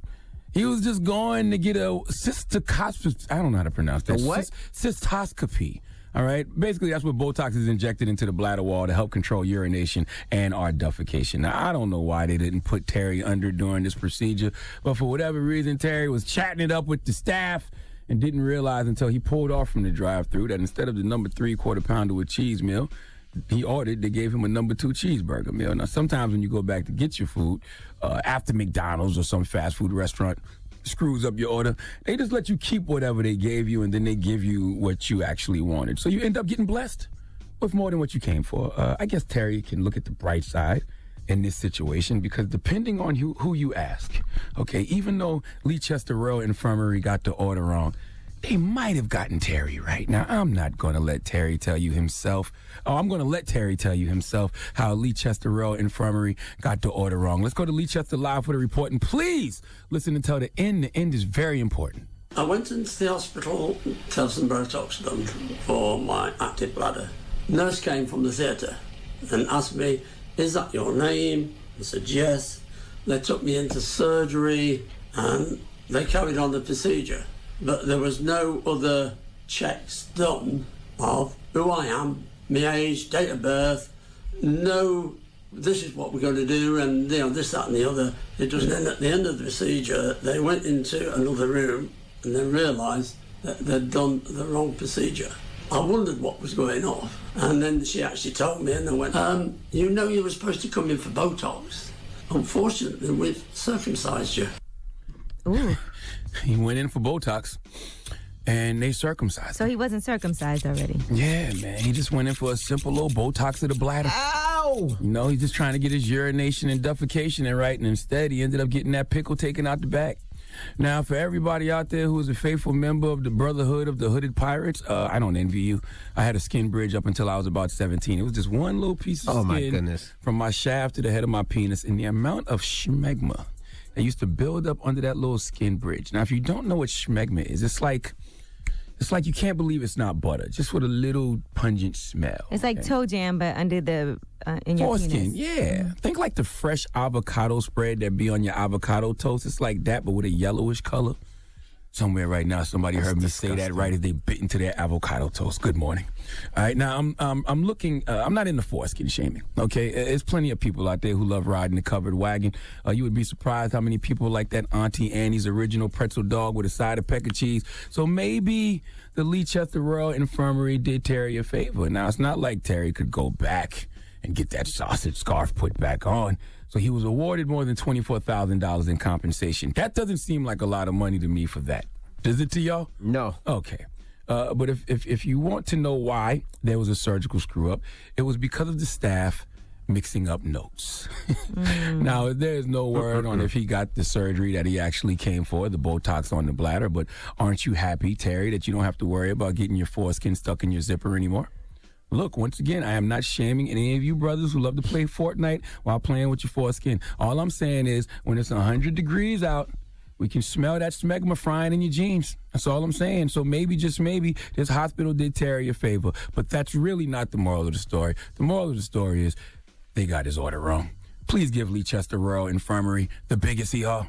He was just going to get a cystoscopy. I don't know how to pronounce that.
A what?
Cyst- cystoscopy. All right. Basically, that's what Botox is injected into the bladder wall to help control urination and our defecation. Now, I don't know why they didn't put Terry under during this procedure, but for whatever reason, Terry was chatting it up with the staff and didn't realize until he pulled off from the drive-through that instead of the number three quarter pounder with cheese meal, he ordered, they gave him a number two cheeseburger meal. Now, sometimes when you go back to get your food uh, after McDonald's or some fast food restaurant screws up your order, they just let you keep whatever they gave you and then they give you what you actually wanted. So you end up getting blessed with more than what you came for. Uh, I guess Terry can look at the bright side in this situation because depending on who, who you ask, okay, even though Leicester Royal Infirmary got the order wrong, they might have gotten Terry right. Now, I'm not going to let Terry tell you himself. Oh, I'm going to let Terry tell you himself how Leicester Royal Infirmary got the order wrong. Let's go to Leicester Live for the report. And please listen until the end. The end is very important.
I went into the hospital to have some Botox done for my active bladder. Nurse came from the theatre and asked me, "Is that your name?" I said yes. They took me into surgery and they carried on the procedure, but there was no other checks done of who I am, my age, date of birth, no. This is what we're going to do, and you know this, that, and the other. It just then at the end of the procedure, they went into another room and then realised that they'd done the wrong procedure. I wondered what was going on, and then she actually told me, and I went, um, "You know, you were supposed to come in for Botox. Unfortunately, we've circumcised you."
<laughs> He went in for Botox and they circumcised
So he wasn't circumcised already.
him. Yeah, man. He just went in for a simple little Botox of the bladder.
Ow!
You know, he's just trying to get his urination and defecation in right, and instead he ended up getting that pickle taken out the back. Now, for everybody out there who is a faithful member of the Brotherhood of the Hooded Pirates, uh, I don't envy you. I had a skin bridge up until I was about 17. It was just one little piece of
Oh,
skin
my goodness.
from my shaft to the head of my penis, and the amount of schmegma that used to build up under that little skin bridge. Now, if you don't know what schmegma is, it's like it's like you can't believe it's not butter, just with a little pungent smell.
It's like
okay?
toe jam, but under the uh, in your
Foreskin,
penis.
yeah. Think like the fresh avocado spread that be on your avocado toast. It's like that, but with a yellowish color. Somewhere right now, somebody heard me say that right as they bit into their avocado toast. Good morning. All right, now I'm um, I'm looking. Uh, I'm not into foreskin shaming. Okay, Uh, there's plenty of people out there who love riding the covered wagon. Uh, you would be surprised how many people like that Auntie Annie's original pretzel dog with a side of peck of cheese. So maybe the Leicester Royal Infirmary did Terry a favor. Now it's not like Terry could go back and get that sausage scarf put back on. So he was awarded more than $24,000 in compensation. That doesn't seem like a lot of money to me for that. Does it to y'all?
No.
Okay. Uh, but if, if, if you want to know why there was a surgical screw up, it was because of the staff mixing up notes. <laughs> Now, there is no word on if he got the surgery that he actually came for, the Botox on the bladder, but aren't you happy, Terry, that you don't have to worry about getting your foreskin stuck in your zipper anymore? Look, once again, I am not shaming any of you brothers who love to play Fortnite while playing with your foreskin. All I'm saying is when it's 100 degrees out, we can smell that smegma frying in your jeans. That's all I'm saying. So maybe, just maybe, this hospital did Terry a favor. But that's really not the moral of the story. The moral of the story is they got his order wrong. Please give Lee Chester Royal Infirmary the biggest ER.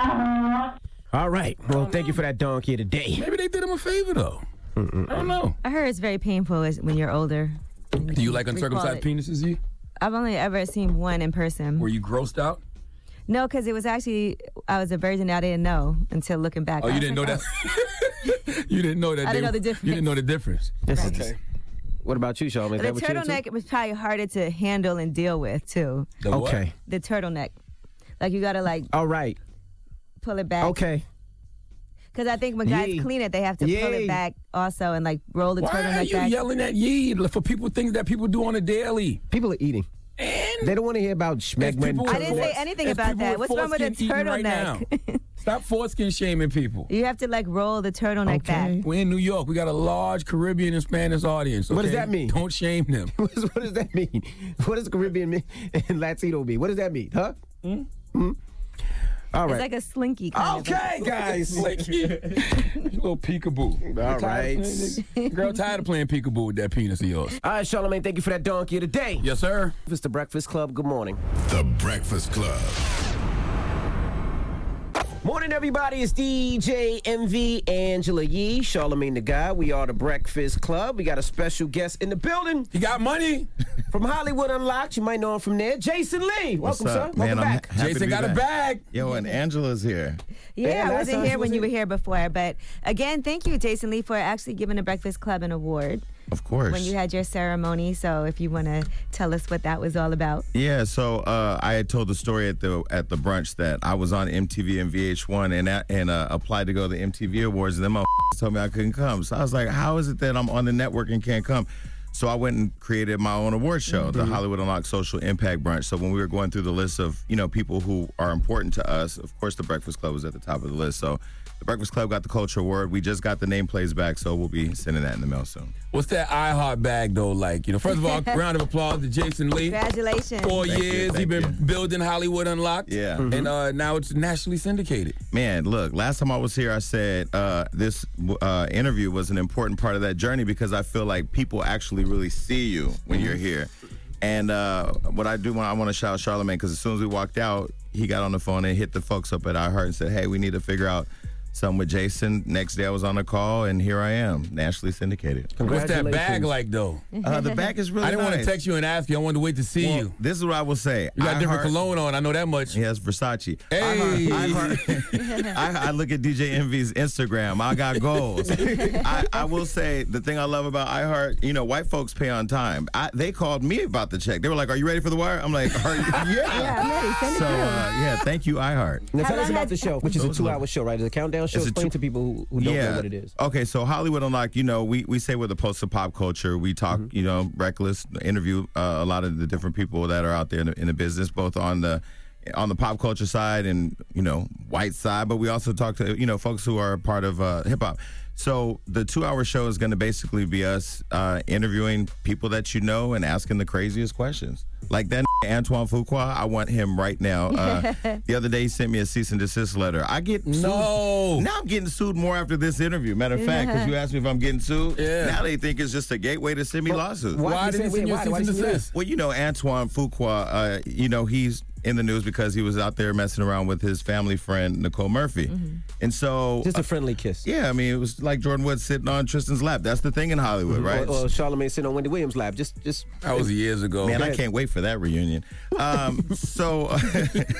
All right. Well, thank you for that donkey of the day.
Maybe they did him a favor though. I don't know.
I heard it's very painful as- when you're older.
Do you like
Recall
uncircumcised
it.
penises? You
I've only ever seen one in person.
were you grossed out?
No, because it was actually I was a virgin. I didn't know until looking back.
Oh,
I
you
was
didn't know
like,
that. <laughs> you didn't know that.
I didn't
they-
know the difference.
You didn't know the difference.
This is What about you, Charlamagne? Is
The
that what you into?
turtleneck was probably harder to handle and deal with too.
The what? Okay.
The turtleneck, like you gotta like
All right.
pull it back.
Okay.
Because I think when guys
Yee.
clean it, they have to pull
Yee.
it back also and like roll the
Why are
turtleneck
you
back.
yelling at ye for people things that people do on a daily?
People are eating. They don't want to hear about schmegman.
I didn't say anything about that. What's wrong with a turtleneck? <laughs>
Stop foreskin shaming people.
you have to like roll the turtleneck back.
We're in New York. We got a large Caribbean and Spanish audience.
What does
okay?
that mean?
Don't shame them.
<laughs> what, does, what does that mean? What does Caribbean mean <laughs> and Latino mean? What does that mean? Huh?
Hmm?
Mm? Mm? All right.
It's like a slinky. Kind
Okay,
<laughs> of
guys.
<laughs>
<laughs>
little peekaboo.
All
Tired
right.
of- Girl, tired of playing peekaboo with that penis of yours.
All right, Charlamagne, thank you for that donkey of the day.
Yes, sir.
It's the Breakfast Club. Good morning.
The Breakfast Club.
Morning, everybody. It's DJ MV Angela Yee, Charlemagne the Guy. We are the Breakfast Club. We got a special guest in the building.
You got money
<laughs> from Hollywood Unlocked. You might know him from there. Jason Lee,
What's
welcome, sir.
up,
Welcome
man? I'm
back.
ha- happy to be back. Yo, and Angela's here.
Yeah, I wasn't here when you were
here.
here before. But again, thank you, Jason Lee, for actually giving the Breakfast Club an award.
Of course.
When you had your ceremony. So if you want to tell us what that was all about.
Yeah, so uh, I had told the story at the at the brunch that I was on MTV and VH1 and I- and uh, applied to go to the MTV Awards, and then my <laughs> told me I couldn't come. So I was like, "How is it that I'm on the network and can't come?" So I went and created my own award show, the Hollywood Unlocked Social Impact Brunch. So when we were going through the list of you know people who are important to us, of course the Breakfast Club was at the top of the list. So the Breakfast Club got the culture award. We just got the nameplates back, so we'll be sending that in the mail soon.
What's that iHeart bag though? Like, you know, first of
<laughs>
all, round of applause to Jason Lee.
Congratulations.
Four
Thank you,
years, he
thank
been building Hollywood Unlocked.
Yeah.
Mm-hmm.
and uh, now it's nationally syndicated.
Man, look, last time I was here, I said uh, this uh, interview was an important part of that journey because I feel like people actually really see you when you're here. And uh, what I do when I want to shout Charlemagne, because as soon as we walked out, he got on the phone and hit the folks up at iHeart and said, hey, we need to figure out something with Jason. Next day I was on a call, and here I am, nationally syndicated.
What's that bag like though?
Uh, the bag is
<laughs>
really
I didn't want
nice.
to text you and ask you. I wanted to wait to see
Well,
you.
This is what I will say.
You got different
cologne
on. I know that much.
He has Versace.
Hey.
iHeart-
<laughs>
iHeart- I, I look at DJ Envy's Instagram. I
<laughs>
got goals. I, I will say the thing I love about iHeart, you know, white folks pay on time. I, they called me about the check. They were like, "Are you ready for the wire?" I'm like, "Are you?" yeah. So uh, yeah, thank you, iHeart.
Now tell us about the show, which is a
Those
two-hour show, right? It's a countdown show.
It's a
Explain
two-
to people who, who don't know what it is.
Okay, so Hollywood Unlocked, you know, we, we say we're the pulse of pop culture. We talk,
Mm-hmm.
you know, reckless, interview uh, a lot of the different people that are out there in the, in the business, both on the on the pop culture side and you know white side, but we also talk to you know folks who are a part of uh, hip hop. So the two hour show is going to basically be us uh, interviewing people that you know and asking the craziest questions. Like that <laughs> Antoine Fuqua, I want him right
Oh,
now.
<laughs>
Uh, the other day, he sent me a cease and desist letter. I get
no.
Now I'm getting sued more after this interview. Matter of fact, because you asked me if I'm getting sued. Yeah. Now they think it's just a gateway to send me lawsuits.
why Why did he did he send send- you a wait, why- cease why and did he do desist?
Well, you know Antoine Fuqua. Uh, you know he's in the news because he was out there messing around with his family friend Nicole Murphy,
Mm-hmm.
and so uh,
Just a friendly kiss.
yeah, I mean it was like Jordan Woods sitting on Tristan's lap. That's the thing in
Mm-hmm.
Hollywood, right?
Or, or Charlamagne sitting on Wendy Williams' lap. Just, just.
That was years ago.
Man, I can't wait for that reunion.
<laughs>
Um, so, <laughs>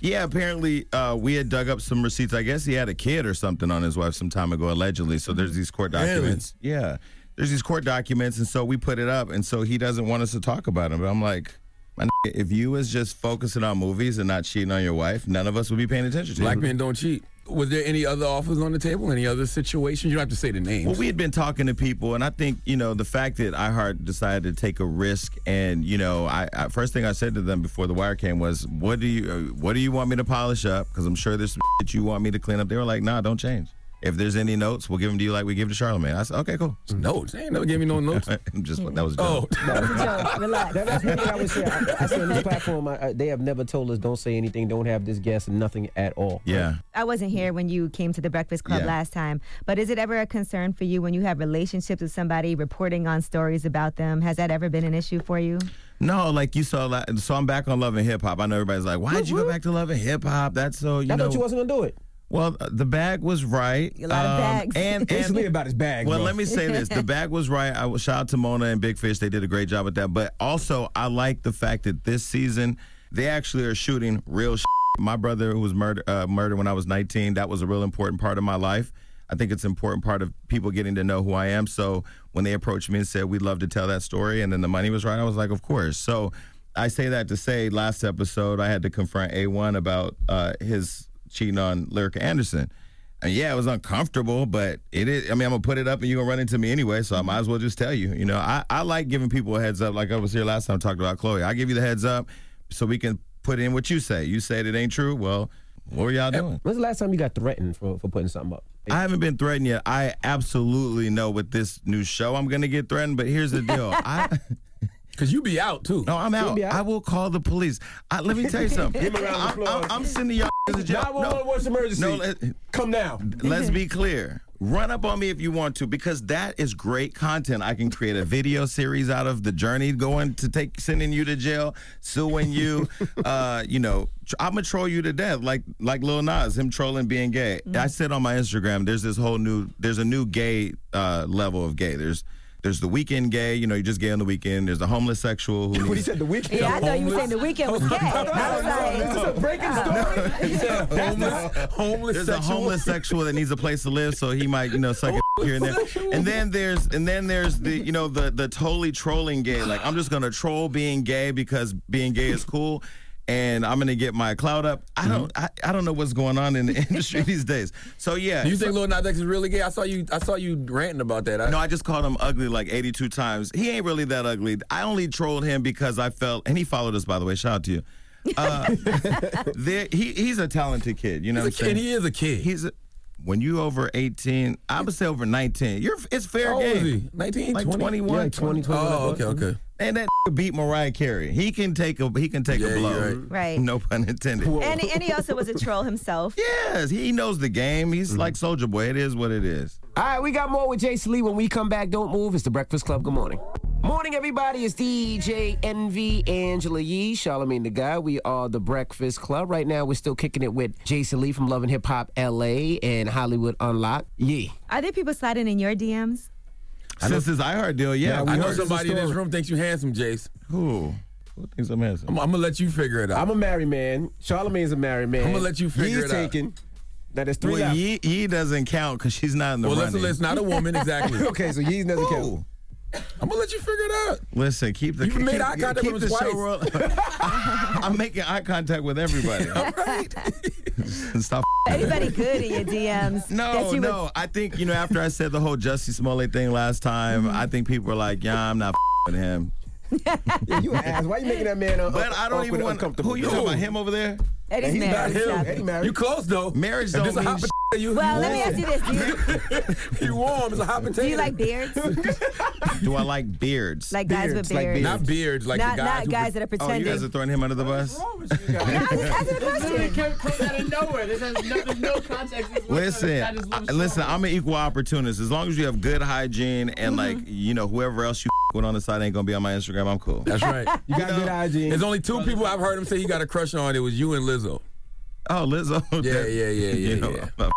yeah, apparently uh, we had dug up some receipts. I guess he had a kid or something on his wife some time ago, allegedly. So there's these court
Really?
documents. Yeah, there's these court documents, and so we put it up, and so he doesn't want us to talk about him. But I'm like. My n- if you was just focusing on movies and not cheating on your wife, none of us would be paying attention to
Black
you.
men don't cheat. Was there any other offers on the table? Any other situations? You don't have to say the names.
Well, we had been talking to people, and I think you know the fact that iHeart decided to take a risk, and you know, I, I first thing I said to them before the wire came was, "What do you, uh, what do you want me to polish up? Because I'm sure there's some that you want me to clean up." They were like, "Nah, don't change. If there's any notes, we'll give them to you like we give to Charlemagne." I said, "Okay, cool."
notes? They ain't never gave me no notes.
<laughs> I'm just <laughs> that was a
Oh.
joke.
Relax.
That- that's one thing I would say. I, I say on this platform, I, I, they have never told us don't say anything, don't have this guest, nothing at all.
Yeah.
I wasn't here when you came to the Breakfast Club
Yeah.
last time, but is it ever a concern for you when you have relationships with somebody reporting on stories about them? Has that ever been an issue for you?
No, like you saw, like, so I'm back on Love and Hip Hop. I know everybody's like, why did you go back to Love and Hip Hop? That's so, you
I
know.
thought you wasn't gonna do it.
Well, uh, the bag was right. Um,
A lot of bags.
And,
<laughs>
and
Basically
about his bag.
Well,
bro.
let me say
<laughs>
this: the bag was right. I will shout out to Mona and Big Fish; they did a great job with that. But also, I like the fact that this season they actually are shooting real. Shit. My brother, who was murder, uh, murdered when I was 19, that was a real important part of my life. I think it's an important part of people getting to know who I am. So when they approached me and said we'd love to tell that story, and then the money was right, I was like, of course. So I say that to say, last episode I had to confront A1 about uh, his cheating on Lyrica Anderson. And yeah, it was uncomfortable, but it is. I mean, I'm gonna put it up, and you're gonna run into me anyway, so I might as well just tell you. You know, I, I like giving people a heads up. Like I was here last time talking about Chloe. I give you the heads up so we can put in what you say. You said it ain't true. Well, what were y'all doing?
When's the last time you got threatened for, for putting something up?
I haven't been threatened yet. I absolutely know with this new show I'm gonna get threatened. But here's
<laughs>
the deal. I
<laughs> Cause you be out too.
No, I'm
You'll
out.
be out.
I will call the police. I, let me tell you something.
<laughs> Give him a round of
I'm-
applause.
I'm, I'm sending y'all to jail.
911, what's emergency?
Come now. Let's be clear. Run up on me if you want to, because that is great content. I can create a video series out of the journey going to take sending you to jail,
<laughs>
suing you. uh, you know, tr- I'm gonna troll you to death, like like Lil Nas, him trolling being gay.
Mm-hmm.
I said on my Instagram, there's this whole new, there's a new gay uh, level of gay. There's there's the weekend gay, you know, you're just gay on the weekend. There's the homeless sexual.
<laughs>
Who
When he
needs-
said the weekend.
Yeah, I thought you were saying the weekend was gay. I was
<laughs> Is
like,
this a breaking story?
<laughs>
homeless, there's a
sexual.
homeless sexual that needs a place to live, so he might, you know, suck it here
<laughs>
and there. And then there's and then there's the you know the the totally trolling gay. Like I'm just gonna troll being gay because being gay is cool, and I'm gonna get my clout up. I don't
Mm-hmm.
I, I don't know what's going on in the <laughs> industry these days. So yeah,
Do you think Lil Nas X is really gay? I saw you. I saw you ranting about that. I,
no, I just called him ugly like 82 times. He ain't really that ugly. I only trolled him because I felt, and he followed us, by the way. Shout out to you. Uh, <laughs> there, he, he's a talented kid. You know
He's a
what I'm
kid.
saying?
He is a kid.
He's a, when you over 18, I would say over 19. You're it's fair
How old
game.
is he? 19,
like
20?
21,
Yeah, 20, 21. Oh, okay, okay.
And that beat Mariah Carey. He can take a he can take
Yeah,
a
you're
blow.
right.
Right.
<laughs> No pun intended.
and, and he also was a
<laughs>
troll himself.
yes, he knows the game. He's
Mm-hmm.
like Soldier Boy. It is what it is.
All right, we got more with Jason Lee when we come back. Don't move. It's the Breakfast Club. Good morning. Morning, everybody. It's DJ NV, Angela Yee, Charlemagne the Guy. We are the Breakfast Club. Right now, we're still kicking it with Jason Lee from Love and Hip Hop LA and Hollywood Unlocked. Yee.
Are there people sliding in your DMs?
Since this iHeart deal, yeah.
I know
heard.
somebody in this room thinks you handsome, Jace.
Who? Who thinks I'm handsome?
I'm, gonna let you figure it out.
I'm a married man. Charlemagne's a married man.
I'm gonna let you figure it
Yee's
out.
taken. That is three
Well,
left.
Yee, Yee doesn't count because she's not in the
Well,
running.
listen, listen, not a woman, exactly.
<laughs> okay, so Yee doesn't count.
I'm gonna let you figure it out.
Listen, keep the
You made
keep,
eye contact
keep
with
the
us
show
twice.
rolling. <laughs> I'm making eye contact with everybody. <laughs> Stop.
<laughs> Anybody good in your DMs?
No,
that you
no. I think you know after I said the whole Jussie Smollett thing last time, I think people were like, "Yeah, I'm not <laughs> with him."
Yeah, you an ass. Why you making that man uh,
But I don't
awkward,
even want.
uncomfortable?
Who you talking about? Him over there?
Would, Eddie's
He's
married.
not him.
stop
Eddie
it.
married.
You close though.
Marriage
If
don't
this a
mean
hot
sh-
potato, you,
Well, let me ask you this: Do
<laughs>
you,
you warm. It's a hot potato.
do you like beards?
Do I like beards?
Like guys with
Beards, like
beards?
Not beards, like
not
the guys.
not
who-
guys that are
oh, you
pretending.
guys are throwing him under the bus.
I was just asking a question.
<laughs> Listen, I- listen, I'm an equal opportunist. As long as you have good hygiene
Mm-hmm.
and like you know whoever else you <laughs> with on the side ain't gonna be on my Instagram, I'm cool.
That's
<laughs>
right.
You got good hygiene.
There's only two people I've heard him say he got a crush on. It was you and Lizzo.
Oh, Lizzo.
Yeah, yeah, yeah,
<laughs> You
yeah,
know,
yeah.
I'm not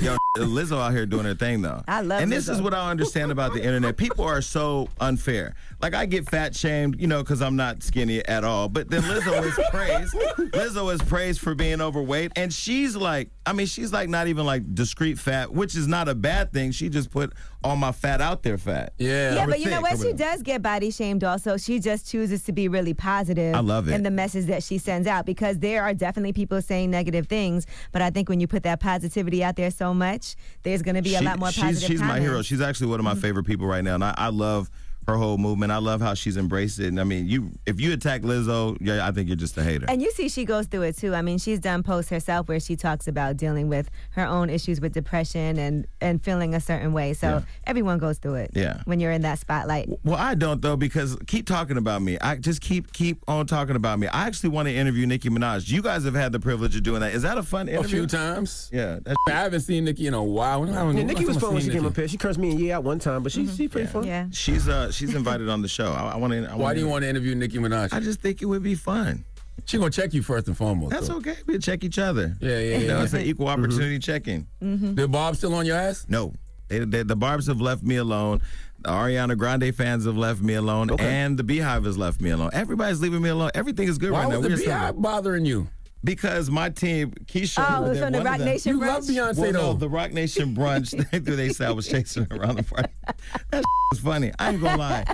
<laughs>
<laughs>
y'all. Yo, Lizzo out here doing her thing though.
I love
And this
Lizzo.
is what I understand about the internet. People are so unfair. Like I get fat shamed, you know, because I'm not skinny at all. But then Lizzo is
<laughs>
praised. Lizzo is praised for being overweight, and she's like, I mean, she's like not even like discreet fat, which is not a bad thing. She just put all my fat out there fat.
Yeah.
Yeah,
Or
but you know
thick,
what?
or
She
whatever.
does get body shamed also. She just chooses to be really positive
I love it.
in the message that she sends out because there are definitely people saying negative things. But I think when you put that positivity out there so much, there's going to be a
She-
lot more
she's,
positive
She's my hero.
comments. Mm-hmm.
She's actually one of my favorite people right now, and I, I love her whole movement. I love how she's embraced it. And I mean, you if you attack Lizzo, yeah, I think you're just a hater.
And you see, she goes through it too. I mean, she's done posts herself where she talks about dealing with her own issues with depression and, and feeling a certain way. So everyone goes through it
Yeah.
when you're in that spotlight.
well, I don't though because keep talking about me. I just keep keep on talking about me. I actually want to interview Nicki Minaj. You guys have had the privilege of doing that. Is that a fun
A
interview?
few times.
Yeah, that's
I haven't seen Nikki in a while. I don't know.
Yeah, Nikki was
Last time I
fun when
seen
she
Nicki.
came Mm-hmm. up here. She cursed me and Yee out one time, but she, she's pretty fun.
Yeah.
She's uh she's invited on the show. I, I want to.
Why do you want to interview Nicki Minaj? I
just think it would be fun.
She gonna check you first and foremost.
That's
though.
okay. We'll check each other.
Yeah, yeah,
You know,
yeah.
it's an equal opportunity check-in.
Did Bob still on your ass?
No. They, they, the Barbs have left me alone. The Ariana Grande fans have left me alone. And the Beehive has left me alone. Everybody's leaving me alone. Everything is good
Why
right now.
was the
We're still-
Beehive bothering you?
Because my team, Keisha.
Oh, it was
they're
on the
one of
Roc
them-
Nation You love brunch? Beyonce,
Well, no,
though.
the Rock Nation
<laughs>
brunch. they, they said I was chasing her around the party. That was funny. I ain't gonna
<laughs>
lie.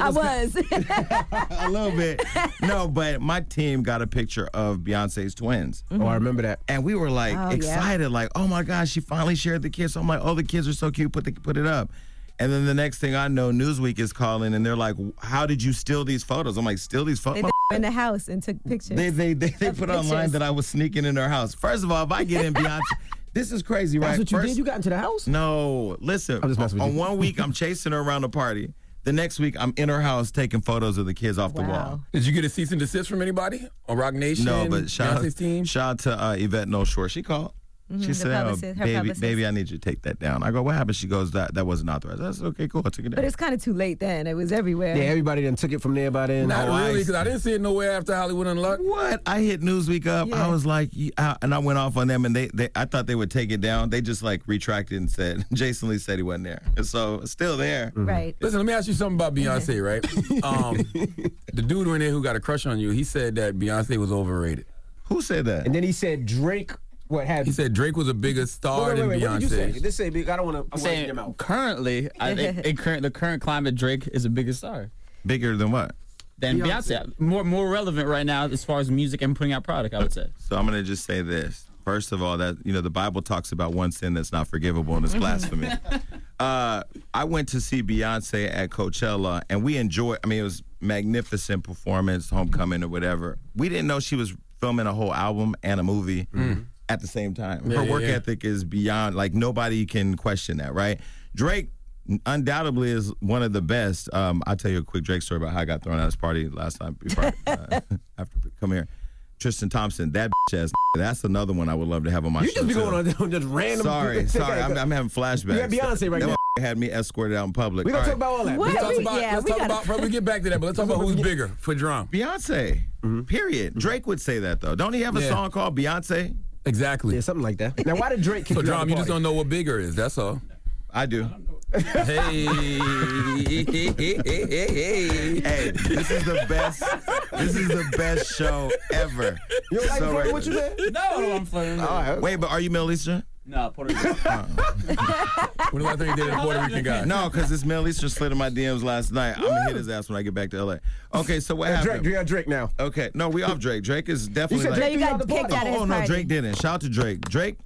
I was.
<laughs> a little bit. No, but my team got a picture of Beyonce's twins.
Oh, I remember that.
And we were like
Oh, yeah.
excited, like, oh my gosh, she finally shared the kids. So I'm like, oh, the kids are so cute. Put the, put it up. And then the next thing I know, Newsweek is calling, and they're like, "How did you steal these photos?" I'm like, "Steal these
They
photos."
d- in the house and took pictures.
They they they, they put online that I was sneaking in her house. First of all, if I get
<laughs>
in Beyonce, this is crazy, right?
That's what you
First-
did? You got into the house?
No, listen.
I'm just messing with
on
you.
one week, I'm chasing her around the party. The next week, I'm in her house taking photos of the kids off the wall.
Did you get a cease and desist from anybody? Or Rock Nation?
No, but shout
Beyonce's
out,
team?
shout out to uh, Yvette No Shore. She called.
Mm-hmm,
Mhm,
she
the
said, oh,
publicist- her
baby,
publicist.
baby, I need you to take that down. I go, what happened? She goes, that that wasn't authorized. That's okay, cool. I took it down.
But it's kind of too late then. It was everywhere.
Yeah, everybody then took it from there by then.
Not
Oh, I
really, because I
see.
didn't see it nowhere after Hollywood Unlocked.
What? I hit Newsweek up. I was like, yeah, I- and I went off on them, and they, they, I thought they would take it down. They just like retracted and said, <laughs> Jason Lee said he wasn't there, And so it's still there.
Right.
Listen, let me ask you something about Beyonce, right? Um, the dude in there who got a crush on you, he said that Beyonce was overrated.
Who said that?
And then he said Drake. What happened?
He said Drake was a bigger
Wait,
star
wait, wait,
than
What
Beyonce.
did you say? This say big. I don't want to.
I'm saying currently, I, it, it current the current climate, Drake is the biggest star.
Bigger than what?
Than
Beyonce.
Beyonce. More more relevant right now as far as music and putting out product. I would say.
So I'm gonna just say this. First of all, that you know the Bible talks about one sin that's not forgivable and it's
Mm-hmm.
blasphemy. uh, I went to see Beyonce at Coachella, and we enjoyed. I mean, it was magnificent performance, homecoming or whatever. We didn't know she was filming a whole album and a movie
Mm.
at the same time.
Yeah,
Her
yeah,
work
yeah.
ethic is beyond like nobody can question that, right? Drake undoubtedly is one of the best. Um, I'll tell you a quick Drake story about how I got thrown out of this party last time before
<laughs>
I, uh, after come here. Tristan Thompson, that bitch ass. That's another one I would love to have on my
You
show.
just be
too.
going on <laughs> just random.
<laughs>
Sorry,
<laughs>
sorry. I'm, I'm having flashbacks.
You got Beyonce right
That
now.
Had me escorted out in public.
We gonna
All
talk about all that.
Let's
What?
talk
We-
about,
yeah,
let's
we
talk
gotta- <laughs>
about before we get back to that, but let's talk about who's bigger for drum.
Beyonce. Period. Drake would say that though. Don't he have a
Yeah.
song called Beyonce?
Exactly. Yeah,
something like
<laughs>
that. Now, why did Drake
So,
kick you out
Drum,
the
you just
party?
don't know what bigger is. That's all.
I do.
Hey.
hey, this is the best. This is the best show ever.
You like
So
Drake,
right
what you
there.
said?
No, I'm flirting.
Wait, but are you Middle Eastern? Oh.
No, Puerto
<laughs>
Rican.
What do I think they did a Puerto Rican guy?
No, because this Middle Eastern slid in my DMs last night. I'm gonna hit his ass when I get back to LA. Okay, so what
Yeah,
happened?
Drake, we got Drake now.
Okay, no, we off Drake. Drake is definitely
said
like.
Drake No, you got threw out the
kicked
oh,
out of his
oh, no,
party.
Drake didn't. Shout out to Drake. Drake,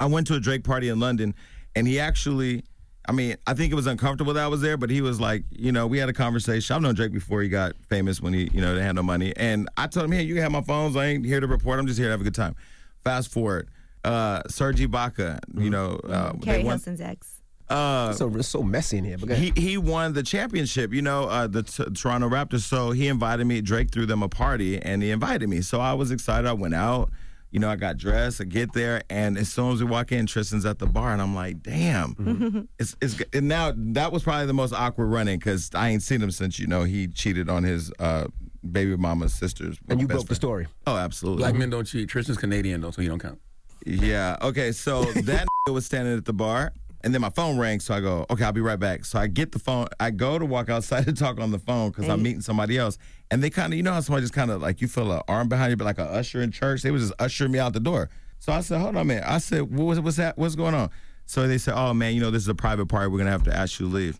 I went to a Drake party in London, and he actually, I mean, I think it was uncomfortable that I was there, but he was like, you know, we had a conversation. I've known Drake before he got famous when he, you know, they had no money, and I told him, hey, you can have my phones. I ain't here to report. I'm just here to have a good time. Fast forward, uh, Serge Ibaka, you know, uh, they
Carrie
won-
Hilson's ex.
uh,
so it's so messy in here. But go
he he won the championship, you know, uh, the t- Toronto Raptors. So he invited me. Drake threw them a party, and he invited me. So I was excited. I went out. You know, I got dressed. I get there, and as soon as we walk in, Tristan's at the bar, and I'm like, "Damn!"
Mm-hmm.
It's, it's g- and now that was probably the most awkward running because I ain't seen him since you know he cheated on his uh, baby mama's sisters.
And you
best
broke the
story.
Oh, absolutely.
Black men don't cheat. Tristan's Canadian, though, so he don't count.
Yeah. Okay. So that <laughs> was standing at the bar, and then my phone rang. So I go, okay, I'll be right back. So I get the phone. I go to walk outside <laughs> to talk on the phone because I'm
Hey.
meeting somebody else. And they kind of, you know, how somebody just kind of like you feel an arm behind you, but like a usher in church. They was just ushering me out the door. So I said, hold on a minute. I said, what was, what's that? What's going on? So they said, oh man, you know, this is a private party. We're gonna have to ask you to leave.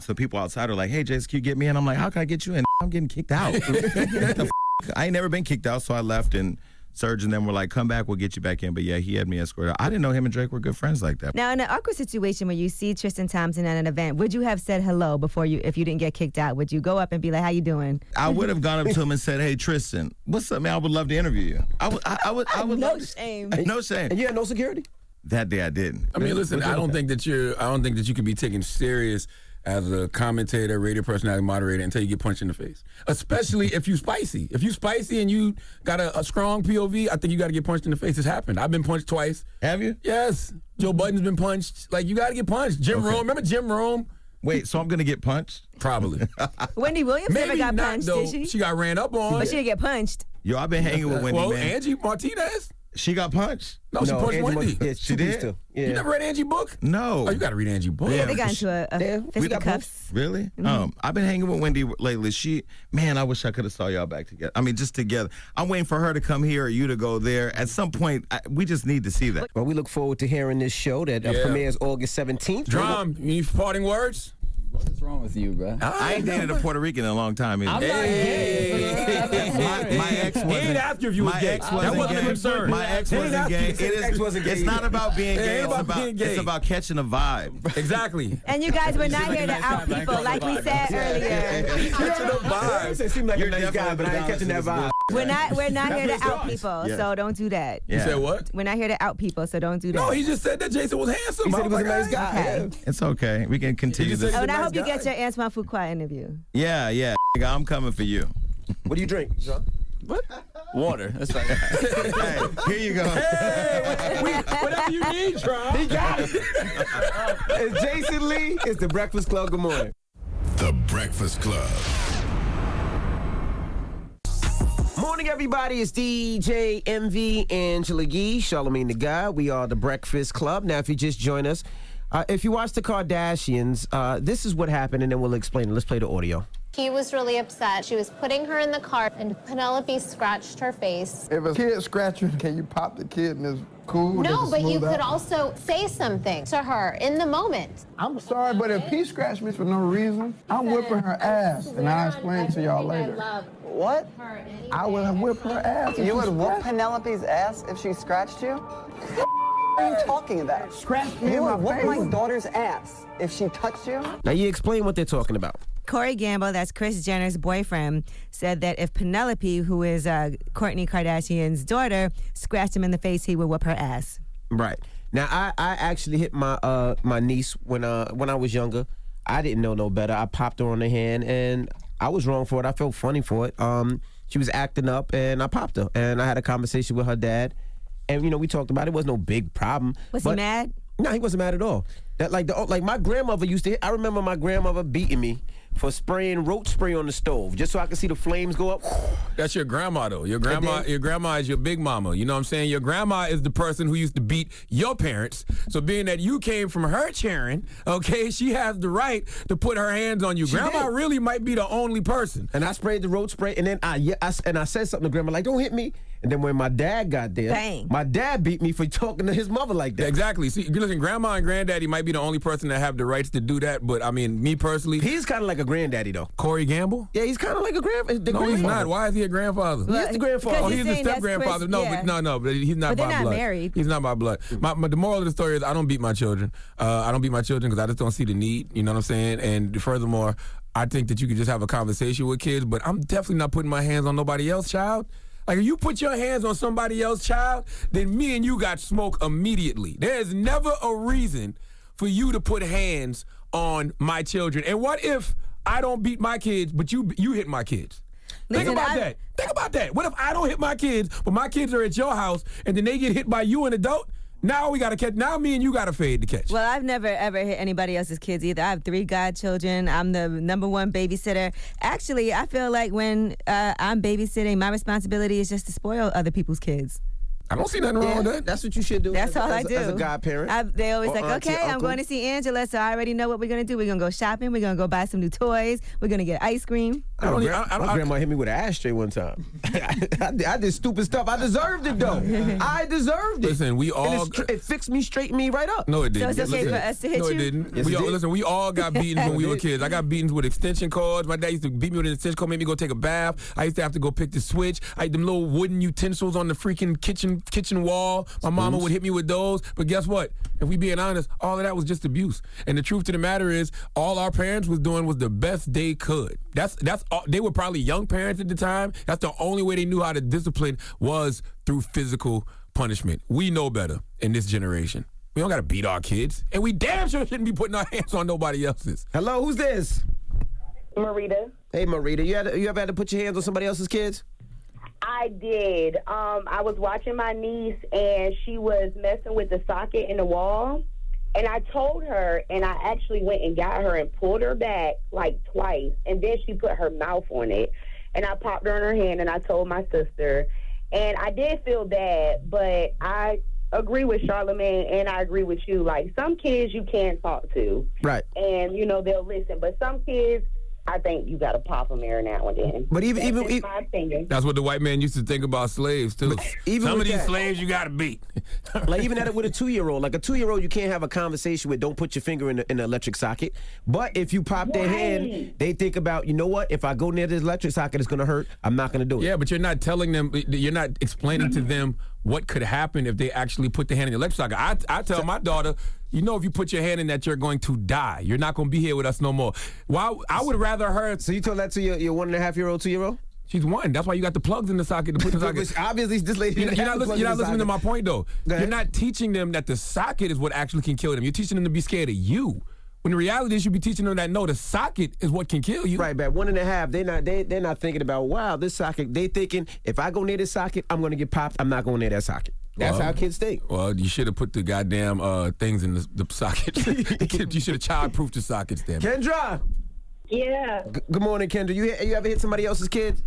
So people outside are like, hey, Jason, can you get me in? I'm like, how can I get you in? I'm getting
<laughs>
kicked out. <laughs> What the f-? I ain't never been kicked out, so I left and Surge and them were like, come back, we'll get you back in. But yeah, he had me escorted out. I didn't know him and Drake were good friends like that.
Now, in an awkward situation where you see Tristan Thompson at an event, would you have said hello before you, if you didn't get kicked out? Would you go up and be like, "How you doing?"
I would have gone up to him and said, hey, Tristan, what's up, man? I would love to interview you. I would, I, I would,
<laughs>
I would
no
love
shame.
to- No shame.
And you had no security?
That day I didn't.
I mean, listen, I don't think that you're. I don't think that you can be taken serious as a commentator, radio personality, moderator until you get punched in the face. Especially if you spicy. If you spicy and you got a, a strong POV, I think you got to get punched in the face. It's happened. I've been punched twice.
Have you?
Yes. Joe Budden's been punched. Like you got to get punched. Jim Rome. Remember Jim Rome?
Wait, so I'm gonna get punched? <laughs>
Probably.
Wendy Williams never
Maybe
got
not,
punched,
though.
did she?
She got ran up on.
But she didn't get punched.
Yo, I've been
<laughs>
hanging with Wendy.
Well,
man.
Angie Martinez?
She got punched.
No, she
No,
punched
Angie
Wendy.
Mar- yeah, she did. Yeah.
You never read Angie book?
No.
Oh, you got to read Angie book.
Yeah, they got into a, a
We
fist
got
of cuffs.
Really? Um, I've been hanging with Wendy lately. She, man, I wish I could have saw y'all back together. I mean, just together. I'm waiting for her to come here or you to go there. At some point, I, we just need to see that.
Well, we look forward to hearing this show that uh,
Yeah.
premieres August 17th.
Drum, you need parting words?
What's wrong with you, bro?
I ain't dated a Puerto Rican in a long time. either.
I'm not gay.
my, my ex
He
wasn't.
ain't after if you was
my
gay.
Ex
That
wasn't
wasn't
gay.
a concern.
My ex
He ain't
wasn't
after
gay.
you said
It is,
ex wasn't gay
It's not
either.
about being
It ain't
gay. It's
about
about,
being gay.
It's about catching a vibe. <laughs>
Exactly.
And you guys were not here to out people, like we said earlier.
catching the vibe.
It seemed like a nice guy, but I ain't catching that vibe.
We're not we're not here
That's
to out
nice.
people,
Yeah.
so don't do that.
You said what?
We're not here to out people, so don't do that.
No, he just said that Jason was handsome. I was like, "Ah."
It's okay. We can continue this.
Oh, and I hope you get your Antoine Fuqua interview.
Yeah, yeah. nigga, I'm coming for you.
What do you drink, John?
What?
Water.
<laughs>
That's right.
hey, here you go. <laughs>
Whatever you need, Tron.
He got it. it's Jason Lee. It's the Breakfast Club. Good morning.
The Breakfast Club.
Morning, everybody. It's DJ MV Angela Yee, Charlemagne the Guy. We are the Breakfast Club. Now, if you just join us, uh, if you watch the Kardashians, uh, this is what happened, and then we'll explain it. Let's play the audio.
He was really upset. She was putting her in the car, and Penelope scratched her face.
If a kid scratching, can you pop the kid and it's cool?
No,
Does it
but you
smooth
could
out?
also say something to her in the moment.
I'm sorry, but if he scratched me for no reason, I'm whipping her ass, and I'll explain to y'all later.
What?
I would whip her ass. if
You
she
would whoop
scratched
Penelope's ass if she scratched you? What are you talking about? Scratch
me in
You
my
would whoop my
face.
daughter's ass if she touched you?
Now, you explain what they're talking about.
Corey Gamble, that's Chris Jenner's boyfriend, said that if Penelope, who is uh, Courtney Kardashian's daughter, scratched him in the face, he would whoop her ass.
Right. Now I, I actually hit my uh my niece when uh when I was younger. I didn't know no better. I popped her on the hand and I was wrong for it. I felt funny for it. Um she was acting up and I popped her and I had a conversation with her dad and you know we talked about it, it was no big problem.
Was he mad?
No, he wasn't mad at all. That like the oh, like my grandmother used to I remember my grandmother beating me for spraying roach spray on the stove just so I could see the flames go up.
That's your grandma though. Your grandma, your grandma is your big mama. You know what I'm saying? Your grandma is the person who used to beat your parents. So being that you came from her cheering, okay, she has the right to put her hands on you. grandma really might be the only person.
And I sprayed the road spray, and then I, yeah, I s- and I said something to grandma like, "Don't hit me." And then when my dad got there,
Bang.
my dad beat me for talking to his mother like that.
Exactly. See, listen, grandma and granddaddy might be the only person that have the rights to do that. But I mean, me personally,
he's kind of like a granddaddy though.
Corey Gamble.
Yeah, he's kind of like a grand. the
no, he's
grandfather.
not. Why is he a grandfather?
He's the grandfather.
Oh, he's the step grandfather. No, but no, no, but he's not
But they're
by
not
blood.
married.
He's not by blood. My, my the moral of the story is I don't beat my children. Uh, I don't beat my children because I just don't see the need. You know what I'm saying? And furthermore, I think that you could just have a conversation with kids. But I'm definitely not putting my hands on nobody else, child. Like if you put your hands on somebody else, child, then me and you got smoke immediately. There is never a reason for you to put hands on my children. And what if I don't beat my kids, but you you hit my kids? Think about that. Think about that. What if I don't hit my kids, but my kids are at your house, and then they get hit by you, an adult? Now we gotta catch. Now me and you gotta fade to catch.
Well, I've never ever hit anybody else's kids either. I have three godchildren. I'm the number one babysitter. Actually, I feel like when uh, I'm babysitting, my responsibility is just to spoil other people's kids.
I don't see nothing wrong with that.
That's what you should do. as-
That's all I
as-
do.
as a godparent
I, they always
or
like,
auntie,
okay, I'm
uncle."
going to see Angela, so I already know what we're going to do. We're going to go shopping. We're going to go buy some new toys. We're going to get ice cream.
My gran- my grandma hit me with an ashtray one time.
<laughs>
I, did- I did stupid stuff. I deserved it though. I deserved it.
Listen, we
And it's
all-
tr- it fixed me, straightened me right up.
No, it didn't. Listen, no, it didn't.
Yes,
we
it
all,
did.
Listen, we all got beaten <laughs> when we
It
were
did.
kids. I got beaten with extension cords. My dad used to beat me with an extension cord, made me go take a bath. I used to have to go pick the switch. I had them little wooden utensils on the freaking kitchen kitchen wall. My mama
Spoons.
would hit me with those. But guess what? If we being honest, all of that was just abuse. And the truth to the matter is, all our parents was doing was the best they could. That's that's all, they were probably young parents at the time. That's the only way they knew how to discipline was through physical punishment. We know better in this generation. We don't gotta beat our kids, and we damn sure shouldn't be putting our <laughs> hands on nobody else's.
Hello, who's this?
Marita.
Hey, Marita, you had you ever had to put your hands on somebody else's kids?
I did. Um, I was watching my niece, and she was messing with the socket in the wall. And I told her, and I actually went and got her and pulled her back like twice. And then she put her mouth on it. And I popped her in her hand and I told my sister. And I did feel bad, but I agree with Charlamagne and I agree with you. Like, some kids you can't talk to.
Right.
And, you know, they'll listen. But some kids, I think you got to pop them every now and then.
But even-
That's
even- e-,
just my opinion.
That's what the white man used to think about slaves too.
even
Some
with
of these
that-
slaves you gotta beat.
<laughs> like even at it with a two year old, like a two year old, you can't have a conversation with. Don't put your finger in, the, in the electric socket. But if you pop their hand,
Right.
they think about you know what? If I go near this electric socket, it's gonna hurt. I'm not gonna do it.
Yeah, but you're not telling them. You're not explaining to them what could happen if they actually put their hand in the electric socket. I, I tell my daughter, you know, if you put your hand in that, you're going to die. You're not going to be here with us no more. Why? I would rather her.
So you told that to your, your one and a half year old, two year old.
She's one. That's why you got the plugs in the socket
<laughs>
to put in the socket.
obviously, this lady.
You're,
didn't
you're
have
not,
the
listen-
plug
you're not
in the
listening to my
socket.
point, though. You're not teaching them that the socket is what actually can kill them. You're teaching them to be scared of you. When the reality is, you be teaching them that no, the socket is what can kill you.
Right, but one and a half, they not they they're not thinking about wow this socket. They thinking if I go near this socket, I'm gonna get popped. I'm not going near that socket. That's
Well,
how kids think.
Well, you should have put the goddamn uh, things in the, the sockets. <laughs> you should have child-proofed the sockets, <laughs> damn it.
Kendra.
<laughs> Yeah.
G- good morning, Kendra. You you ever hit somebody else's kid?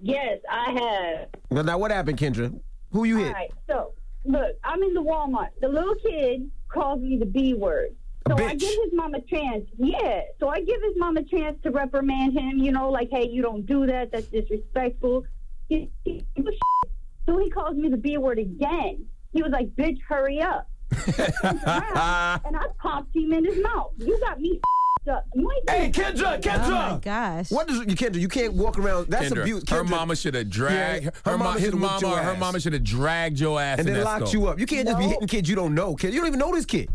Yes, I have.
Well, now what happened, Kendra? Who you hit?
All right. So, look, I'm in the Walmart. The little kid calls me the B word. So I give his mom a chance. Yeah. So I give his mom a chance to reprimand him, you know, like, hey, you don't do that. That's disrespectful. He, he, he was <laughs> so he calls me the B word again. He was like, bitch, hurry up.
Uh.
and I popped him in his mouth. You got me <laughs> up. You ain't
Hey,
gonna-
Kendra, Kendra.
Oh gosh.
What is you, Kendra? You can't walk around. That's
Kendra,
abuse.
Her
Kendra.
mama should have dragged
Yeah,
her, mama,
mama
his
shoulda whooped
mama,
your
her
ass.
mama should have dragged your ass
and
in
then
that
locked
store.
you up. You can't just be hitting kids you don't know, kid. You don't even know this kid.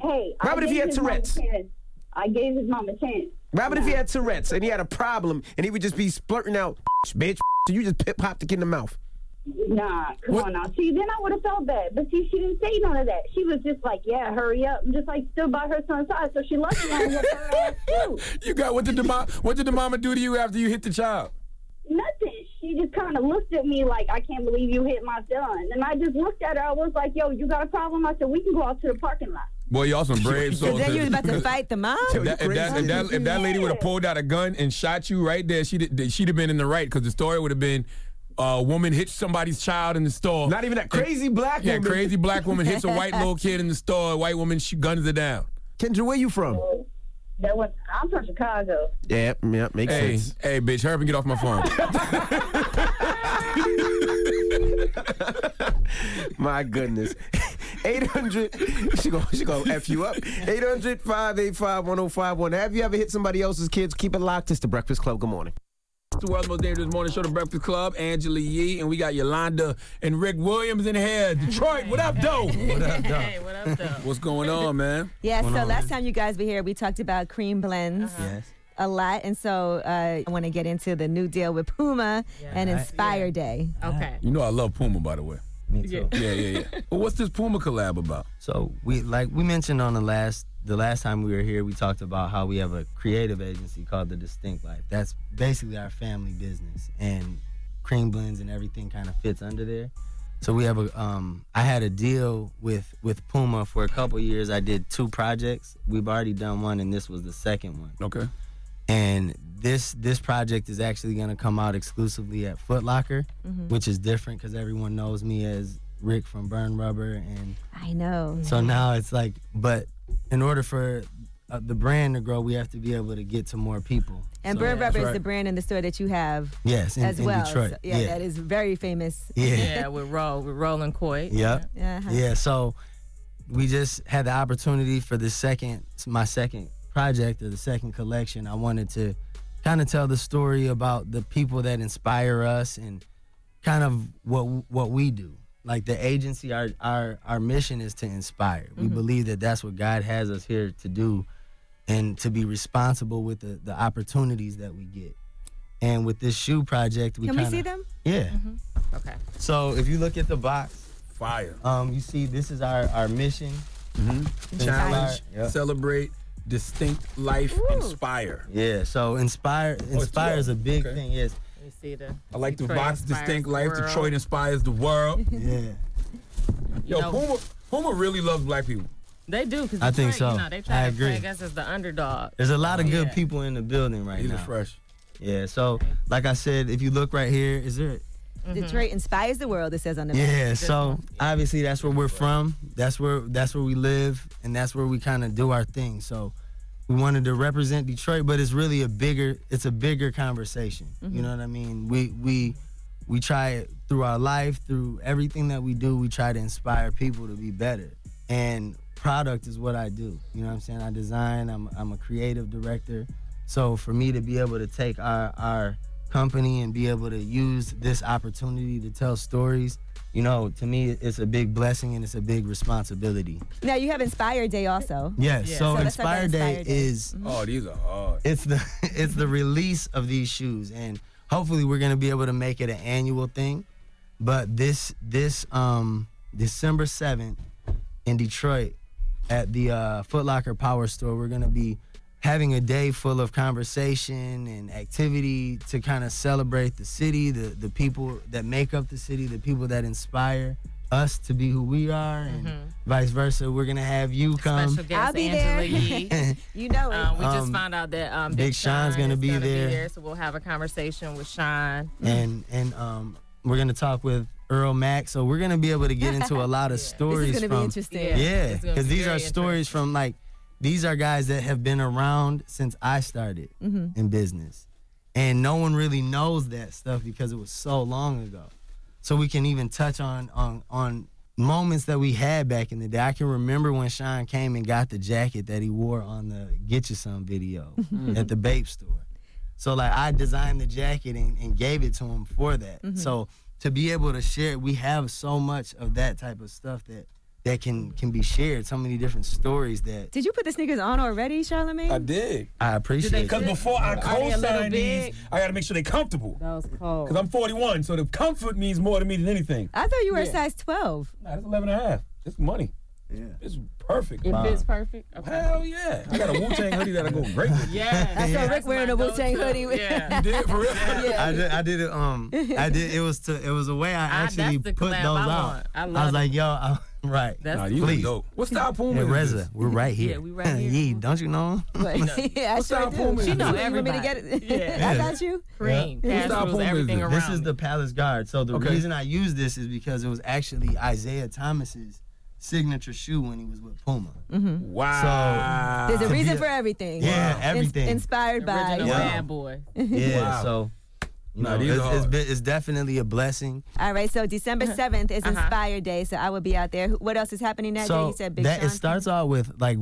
Hey,
What
I
happened if
gave
he had
his mom a
Tourette's?
chance. I gave his mom a chance.
What happened if he had Tourette's and he had a problem and he would just be splurting out, bitch, and you just pip, pop the kid in the mouth?
Nah, come on now. See, then I would have felt bad. But see, she didn't say none of that. She was just like, yeah, hurry up. And just like stood by her son's side. So she left me and whooped her ass too.
You got what did the mom what did the mama do to you after you hit the child?
Nothing. She just kind of looked at me like, I can't believe you hit my son. And I just looked at her. I was like, yo, you got a problem? I said, we can go out to the parking lot.
Boy, y'all some
<laughs>
brave
So
souls.
then you was about to fight the mom?
<laughs> If that, if, that, if, that, if that lady would have pulled out a gun and shot you right there, she'd have- she'd have been in the right because the story would have been a woman hits somebody's child in the store. Not
even that crazy black
yeah,
woman.
crazy black woman
<laughs>
hits a white little kid in the store. A white woman she guns it down.
Kendra, where you from?
That was, I'm from Chicago.
Yeah, yeah, makes
hey,
sense.
Hey, bitch, hurry up and get off my phone.
My goodness. <laughs> 800, she gonna, she gonna F you up. 800 585 1051. Have you ever hit somebody else's kids? Keep it locked. It's the Breakfast Club. Good morning.
It's <laughs> the world's most dangerous morning show, The Breakfast Club. Angela Yee, and we got Yolanda and Rick Williams in here. Detroit, what up, though? What up, though?
Hey,
what up, though? What's going on, man?
Yeah,
What's
so
going on,
last
man?
time you guys were here, we talked about cream blends.
Uh-huh.
Yes.
A lot, and so uh, I want to get into the new deal with Puma and Inspire Day.
Okay. You know I love Puma, by the way.
Me too.
Yeah, yeah, yeah. well, what's this Puma collab about?
So we like we mentioned on the last the last time we were here, we talked about how we have a creative agency called the Distinct Life. That's basically our family business, and cream blends and everything kind of fits under there. So we have a um I had a deal with with Puma for a couple years. I did two projects. We've already done one and this was the second one.
Okay.
And this this project is actually going to come out exclusively at Foot Locker,
Mhm.
which is different cuz everyone knows me as Rick from Burn Rubber and
I know.
so now it's like, but in order for uh, the brand to grow, we have to be able to get to more people.
and
So-
Burn Rubber is the brand in the store that you have.
Yes, in-
as
in
well.
Detroit.
So, yeah,
Yeah.
that is very famous.
Yeah.
yeah, with roll with Roland Coit.
Yep.
Uh-huh.
Yeah. So we just had the opportunity for the second, my second project or the second collection. I wanted to kind of tell the story about the people that inspire us and kind of what what we do. Like the agency, our our our mission is to inspire. We
Mm-hmm.
believe that that's what God has us here to do, and to be responsible with the the opportunities that we get. And with this shoe project, we
Can
kinda,
we see them?
Yeah.
Mm-hmm. Okay.
So if you look at the box,
fire.
Um, you see, this is our our mission.
Mm-hmm.
Inspire.
Challenge,
Yep.
celebrate, distinct life, inspire. Oh,
Yeah. So inspire inspire is a big thing. Yes.
You see the
I like
The Vox Distinct Life,
world.
Detroit inspires the world.
Yeah.
Yo,
know-
Puma, Puma really loves black people.
They do because
I think so.
You know, they
I
try to
agree.
tag us as the underdog.
There's a lot of good
Yeah.
people in the building right
These are
now. fresh. Yeah. So, like I said, if you look right here, is there?
Detroit inspires the world. It says on the back.
Yeah. So obviously that's where we're from. That's where that's where we live, and that's where we kind of do our thing. So we wanted to represent Detroit, but it's really a bigger it's a bigger conversation. You
Mhm.
know what I mean? We we we try it through our life, through everything that we do. We try to inspire people to be better, and product is what I do. You know what I'm saying? I design. I'm I'm a creative director. So for me to be able to take our our company and be able to use this opportunity to tell stories, you know, to me it's a big blessing and it's a big responsibility.
Now you have Inspire Day also.
Yes. So,
that's like
Inspire
an
Day,
Inspire
is
oh, these are hard.
It's the <laughs> it's the release of these shoes, and hopefully we're gonna be able to make it an annual thing. But this this um December seventh in Detroit at the uh, Foot Locker Power Store, we're gonna be having a day full of conversation and activity to kind of celebrate the city, the the people that make up the city, the people that inspire us to be who we are, and vice versa. We're gonna have you come.
Special guest
I'll be
Angela
there. <laughs>
Yee.
you know it.
Um, we just
Um,
found out that um,
Big Sean's
Sean
gonna
is
be there.
so we'll have a conversation with Sean.
Mm-hmm. and and um, we're gonna talk with Earl Mack. So we're gonna be able to get into a lot
<laughs>
of stories
gonna be
from.
interesting. Yeah,
Yeah,
it's gonna
because
be
these
very
are stories from like these are guys that have been around since I started
Mm-hmm.
Mhm.
in business, and no one really knows that stuff because it was so long ago. So we can even touch on on on moments that we had back in the day. I can remember when Sean came and got the jacket that he wore on the Get You Some video at the Bape store. So like I designed the jacket and, and gave it to him for that.
Mhm.
So to be able to share, we have so much of that type of stuff that that can can be shared. So many different stories that
Did you put the sneakers on already, Charlamagne?
I
did.
I appreciate it.
Because before I
Are they a little
co-sign
big?
these, I got to make sure they're comfortable.
That was cold.
Because I'm 41, so the comfort means more to me than anything.
I thought you were a
Yeah.
size 12.
Nah, that's 11 and a half. It's money. Yeah. It's perfect.
It fits perfect. Okay.
Hell yeah. I got a Wu-Tang hoodie
<laughs>
that'll go
<laughs>
great with it.
Yeah.
I saw Rick wearing a Wu Tang hoodie. <laughs>
Yeah.
You did, for real?
I did, I did it. Um, I did. It was to. It was a way I
Ah, that's
actually
the
put those
collab I
out.
want. I love
was
it.
like, yo, I, <laughs> right.
That's Nah, the-
you
please.
dope. What style Puma
Hey,
is
Reza,
this?
we're right here.
Yeah, we right here.
Yee, don't you know? him?
<laughs> yeah, I
What's
sure
up, Puma?
do.
She know
You want me to
everybody.
get it?
Yeah.
<laughs> I got you.
Yeah. This is
me.
the Palace Guard. So the
Okay.
reason I use this is because it was actually Isaiah Thomas's signature shoe when he was with Puma.
Mhm.
Wow.
There's a
To be
reason for everything.
Yeah,
Ins-
everything.
inspired by.
Original
you know.
bad
boy.
<laughs> Yeah, <laughs>
Wow.
so you
Nah,
know,
these
it's,
are
it's,
hard.
been, it's definitely a blessing.
All right, so December 7th is Inspire Day, so I will be out there. Who- What else is happening that day?
so
You said Big
that
Sean.
it starts out with like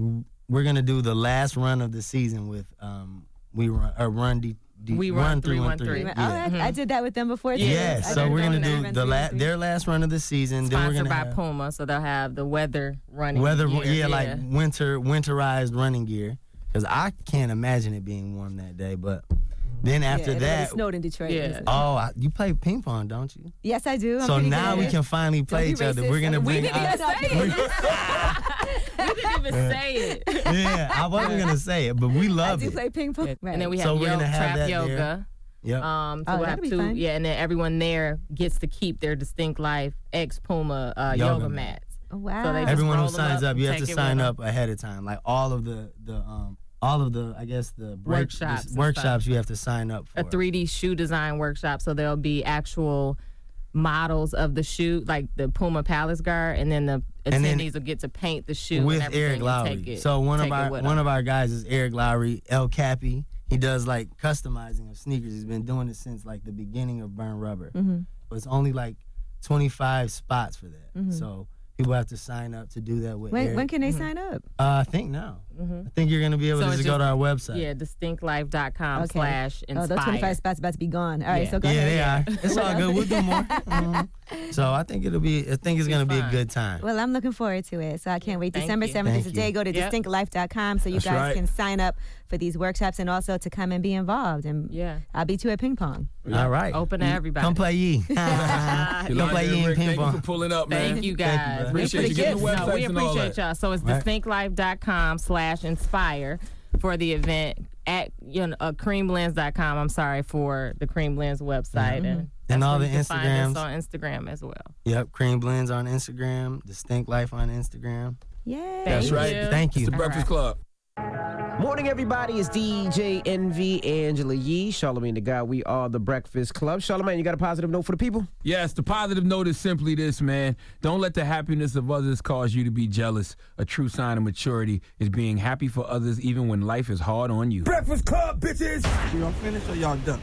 we're gonna do the last run of the season with um we run or run D, D
We
run,
run
three one three.
Oh, I, I did that with them before. too.
Yeah,
I
so
did
we're
run
gonna
that.
do the la- their last run of the season. then we're gonna
Sponsored by
have
Puma, so they'll have the weather running.
weather,
gear,
yeah, like winter winterized running gear. Because I can't imagine it being warm that day. But then
Yeah,
after
it already
that,
snowed in Detroit.
oh, I, you play ping pong, don't
<laughs>
you?
Yes, I do. I'm
so
pretty
now
good.
we can finally
Don't
play
be
each other.
racist.
We're gonna
We
bring
didn't
out.
even say
<laughs>
<laughs>
it.
You didn't even say it.
yeah, I wasn't
<laughs>
gonna say it, but we love
I do
it.
play ping pong. Right.
And then we have
So we're
yo-
gonna have
trap
that there.
yoga.
Yep.
Um, so
Oh,
we'll
that'll
have
be
two,
fun.
yeah, and then everyone there gets to keep their distinct life ex Puma uh,
Yoga
yoga,
mat.
mats.
Wow.
So they just
Everyone who
roll 'em
signs up,
and
you have to
take it
sign
with 'em.
up ahead of time. Like all of the the um all of the I guess the break,
Workshops and
workshops
stuff.
you have to sign up for.
a 3D shoe design workshop. So there'll be actual models of the shoe, like the Puma Palace Guard, and then the
And then-
attendees will get to paint the shoe and
with
everything
Eric
and
Lowry.
take it-
so one of
take it
our
with
one
'em.
of our guys is Eric Lowry, El Cappy. He does like customizing of sneakers. He's been doing it since like the beginning of Burn Rubber.
Mm-hmm.
Mhm.
But it's only like 25 spots for that.
Mm-hmm.
Mhm.
So people have to sign up to do that with
When,
Eric.
when can they sign up?
Uh, I think now.
Mhm.
I think you're gonna be able
Mm-hmm.
to
So it's
just go to our website.
Yeah, distinctlife.com
Okay.
slash
Oh, those
inspire.
25 spots about to be gone. All right,
yeah.
so go
yeah,
ahead.
<laughs>
they are. It's all good. We'll
<laughs>
do more. Mhm. So I think it'll be. I think it's gonna be a good time.
Well, I'm looking forward to it, so I can't wait.
Thank
December
you.
7th is
Thank
the
you.
day. Go to
Yep.
distinctlife.com so you
That's
guys
right.
can sign up for these workshops and also to come and be involved. And
yeah,
I'll be too at ping pong.
All right.
Open to
You-
everybody.
Come
<laughs>
play ye. Come play ye in ping
Thank you
pong.
for pulling up, man.
Thank you
Thank
guys.
man.
Thanks
Appreciate
for
you.
the
Give me
gifts. No, we
websites and all
appreciate
that.
y'all. So it's
Right.
distinctlife.com slash inspire for the event at you know, uh, creamlens.com. I'm sorry for the Cream Lens website.
Mhm.
And,
And
that's
all
where
the
you can find us
Instagrams.
on Instagram as well.
Yep, Cream Blends on Instagram, Distinct Life on Instagram.
Yay.
That's right.
Thank you.
It's the Breakfast
Club.
Morning, everybody. It's DJ NV, Angela Yee, Charlemagne the Guy. We are the Breakfast Club. Charlemagne, you got a positive note for the people?
Yes, the positive note is simply this, man. Don't let the happiness of others cause you to be jealous. A true sign of maturity is being happy for others even when life is hard on you.
Breakfast Club, bitches.
Y'all finished or y'all done?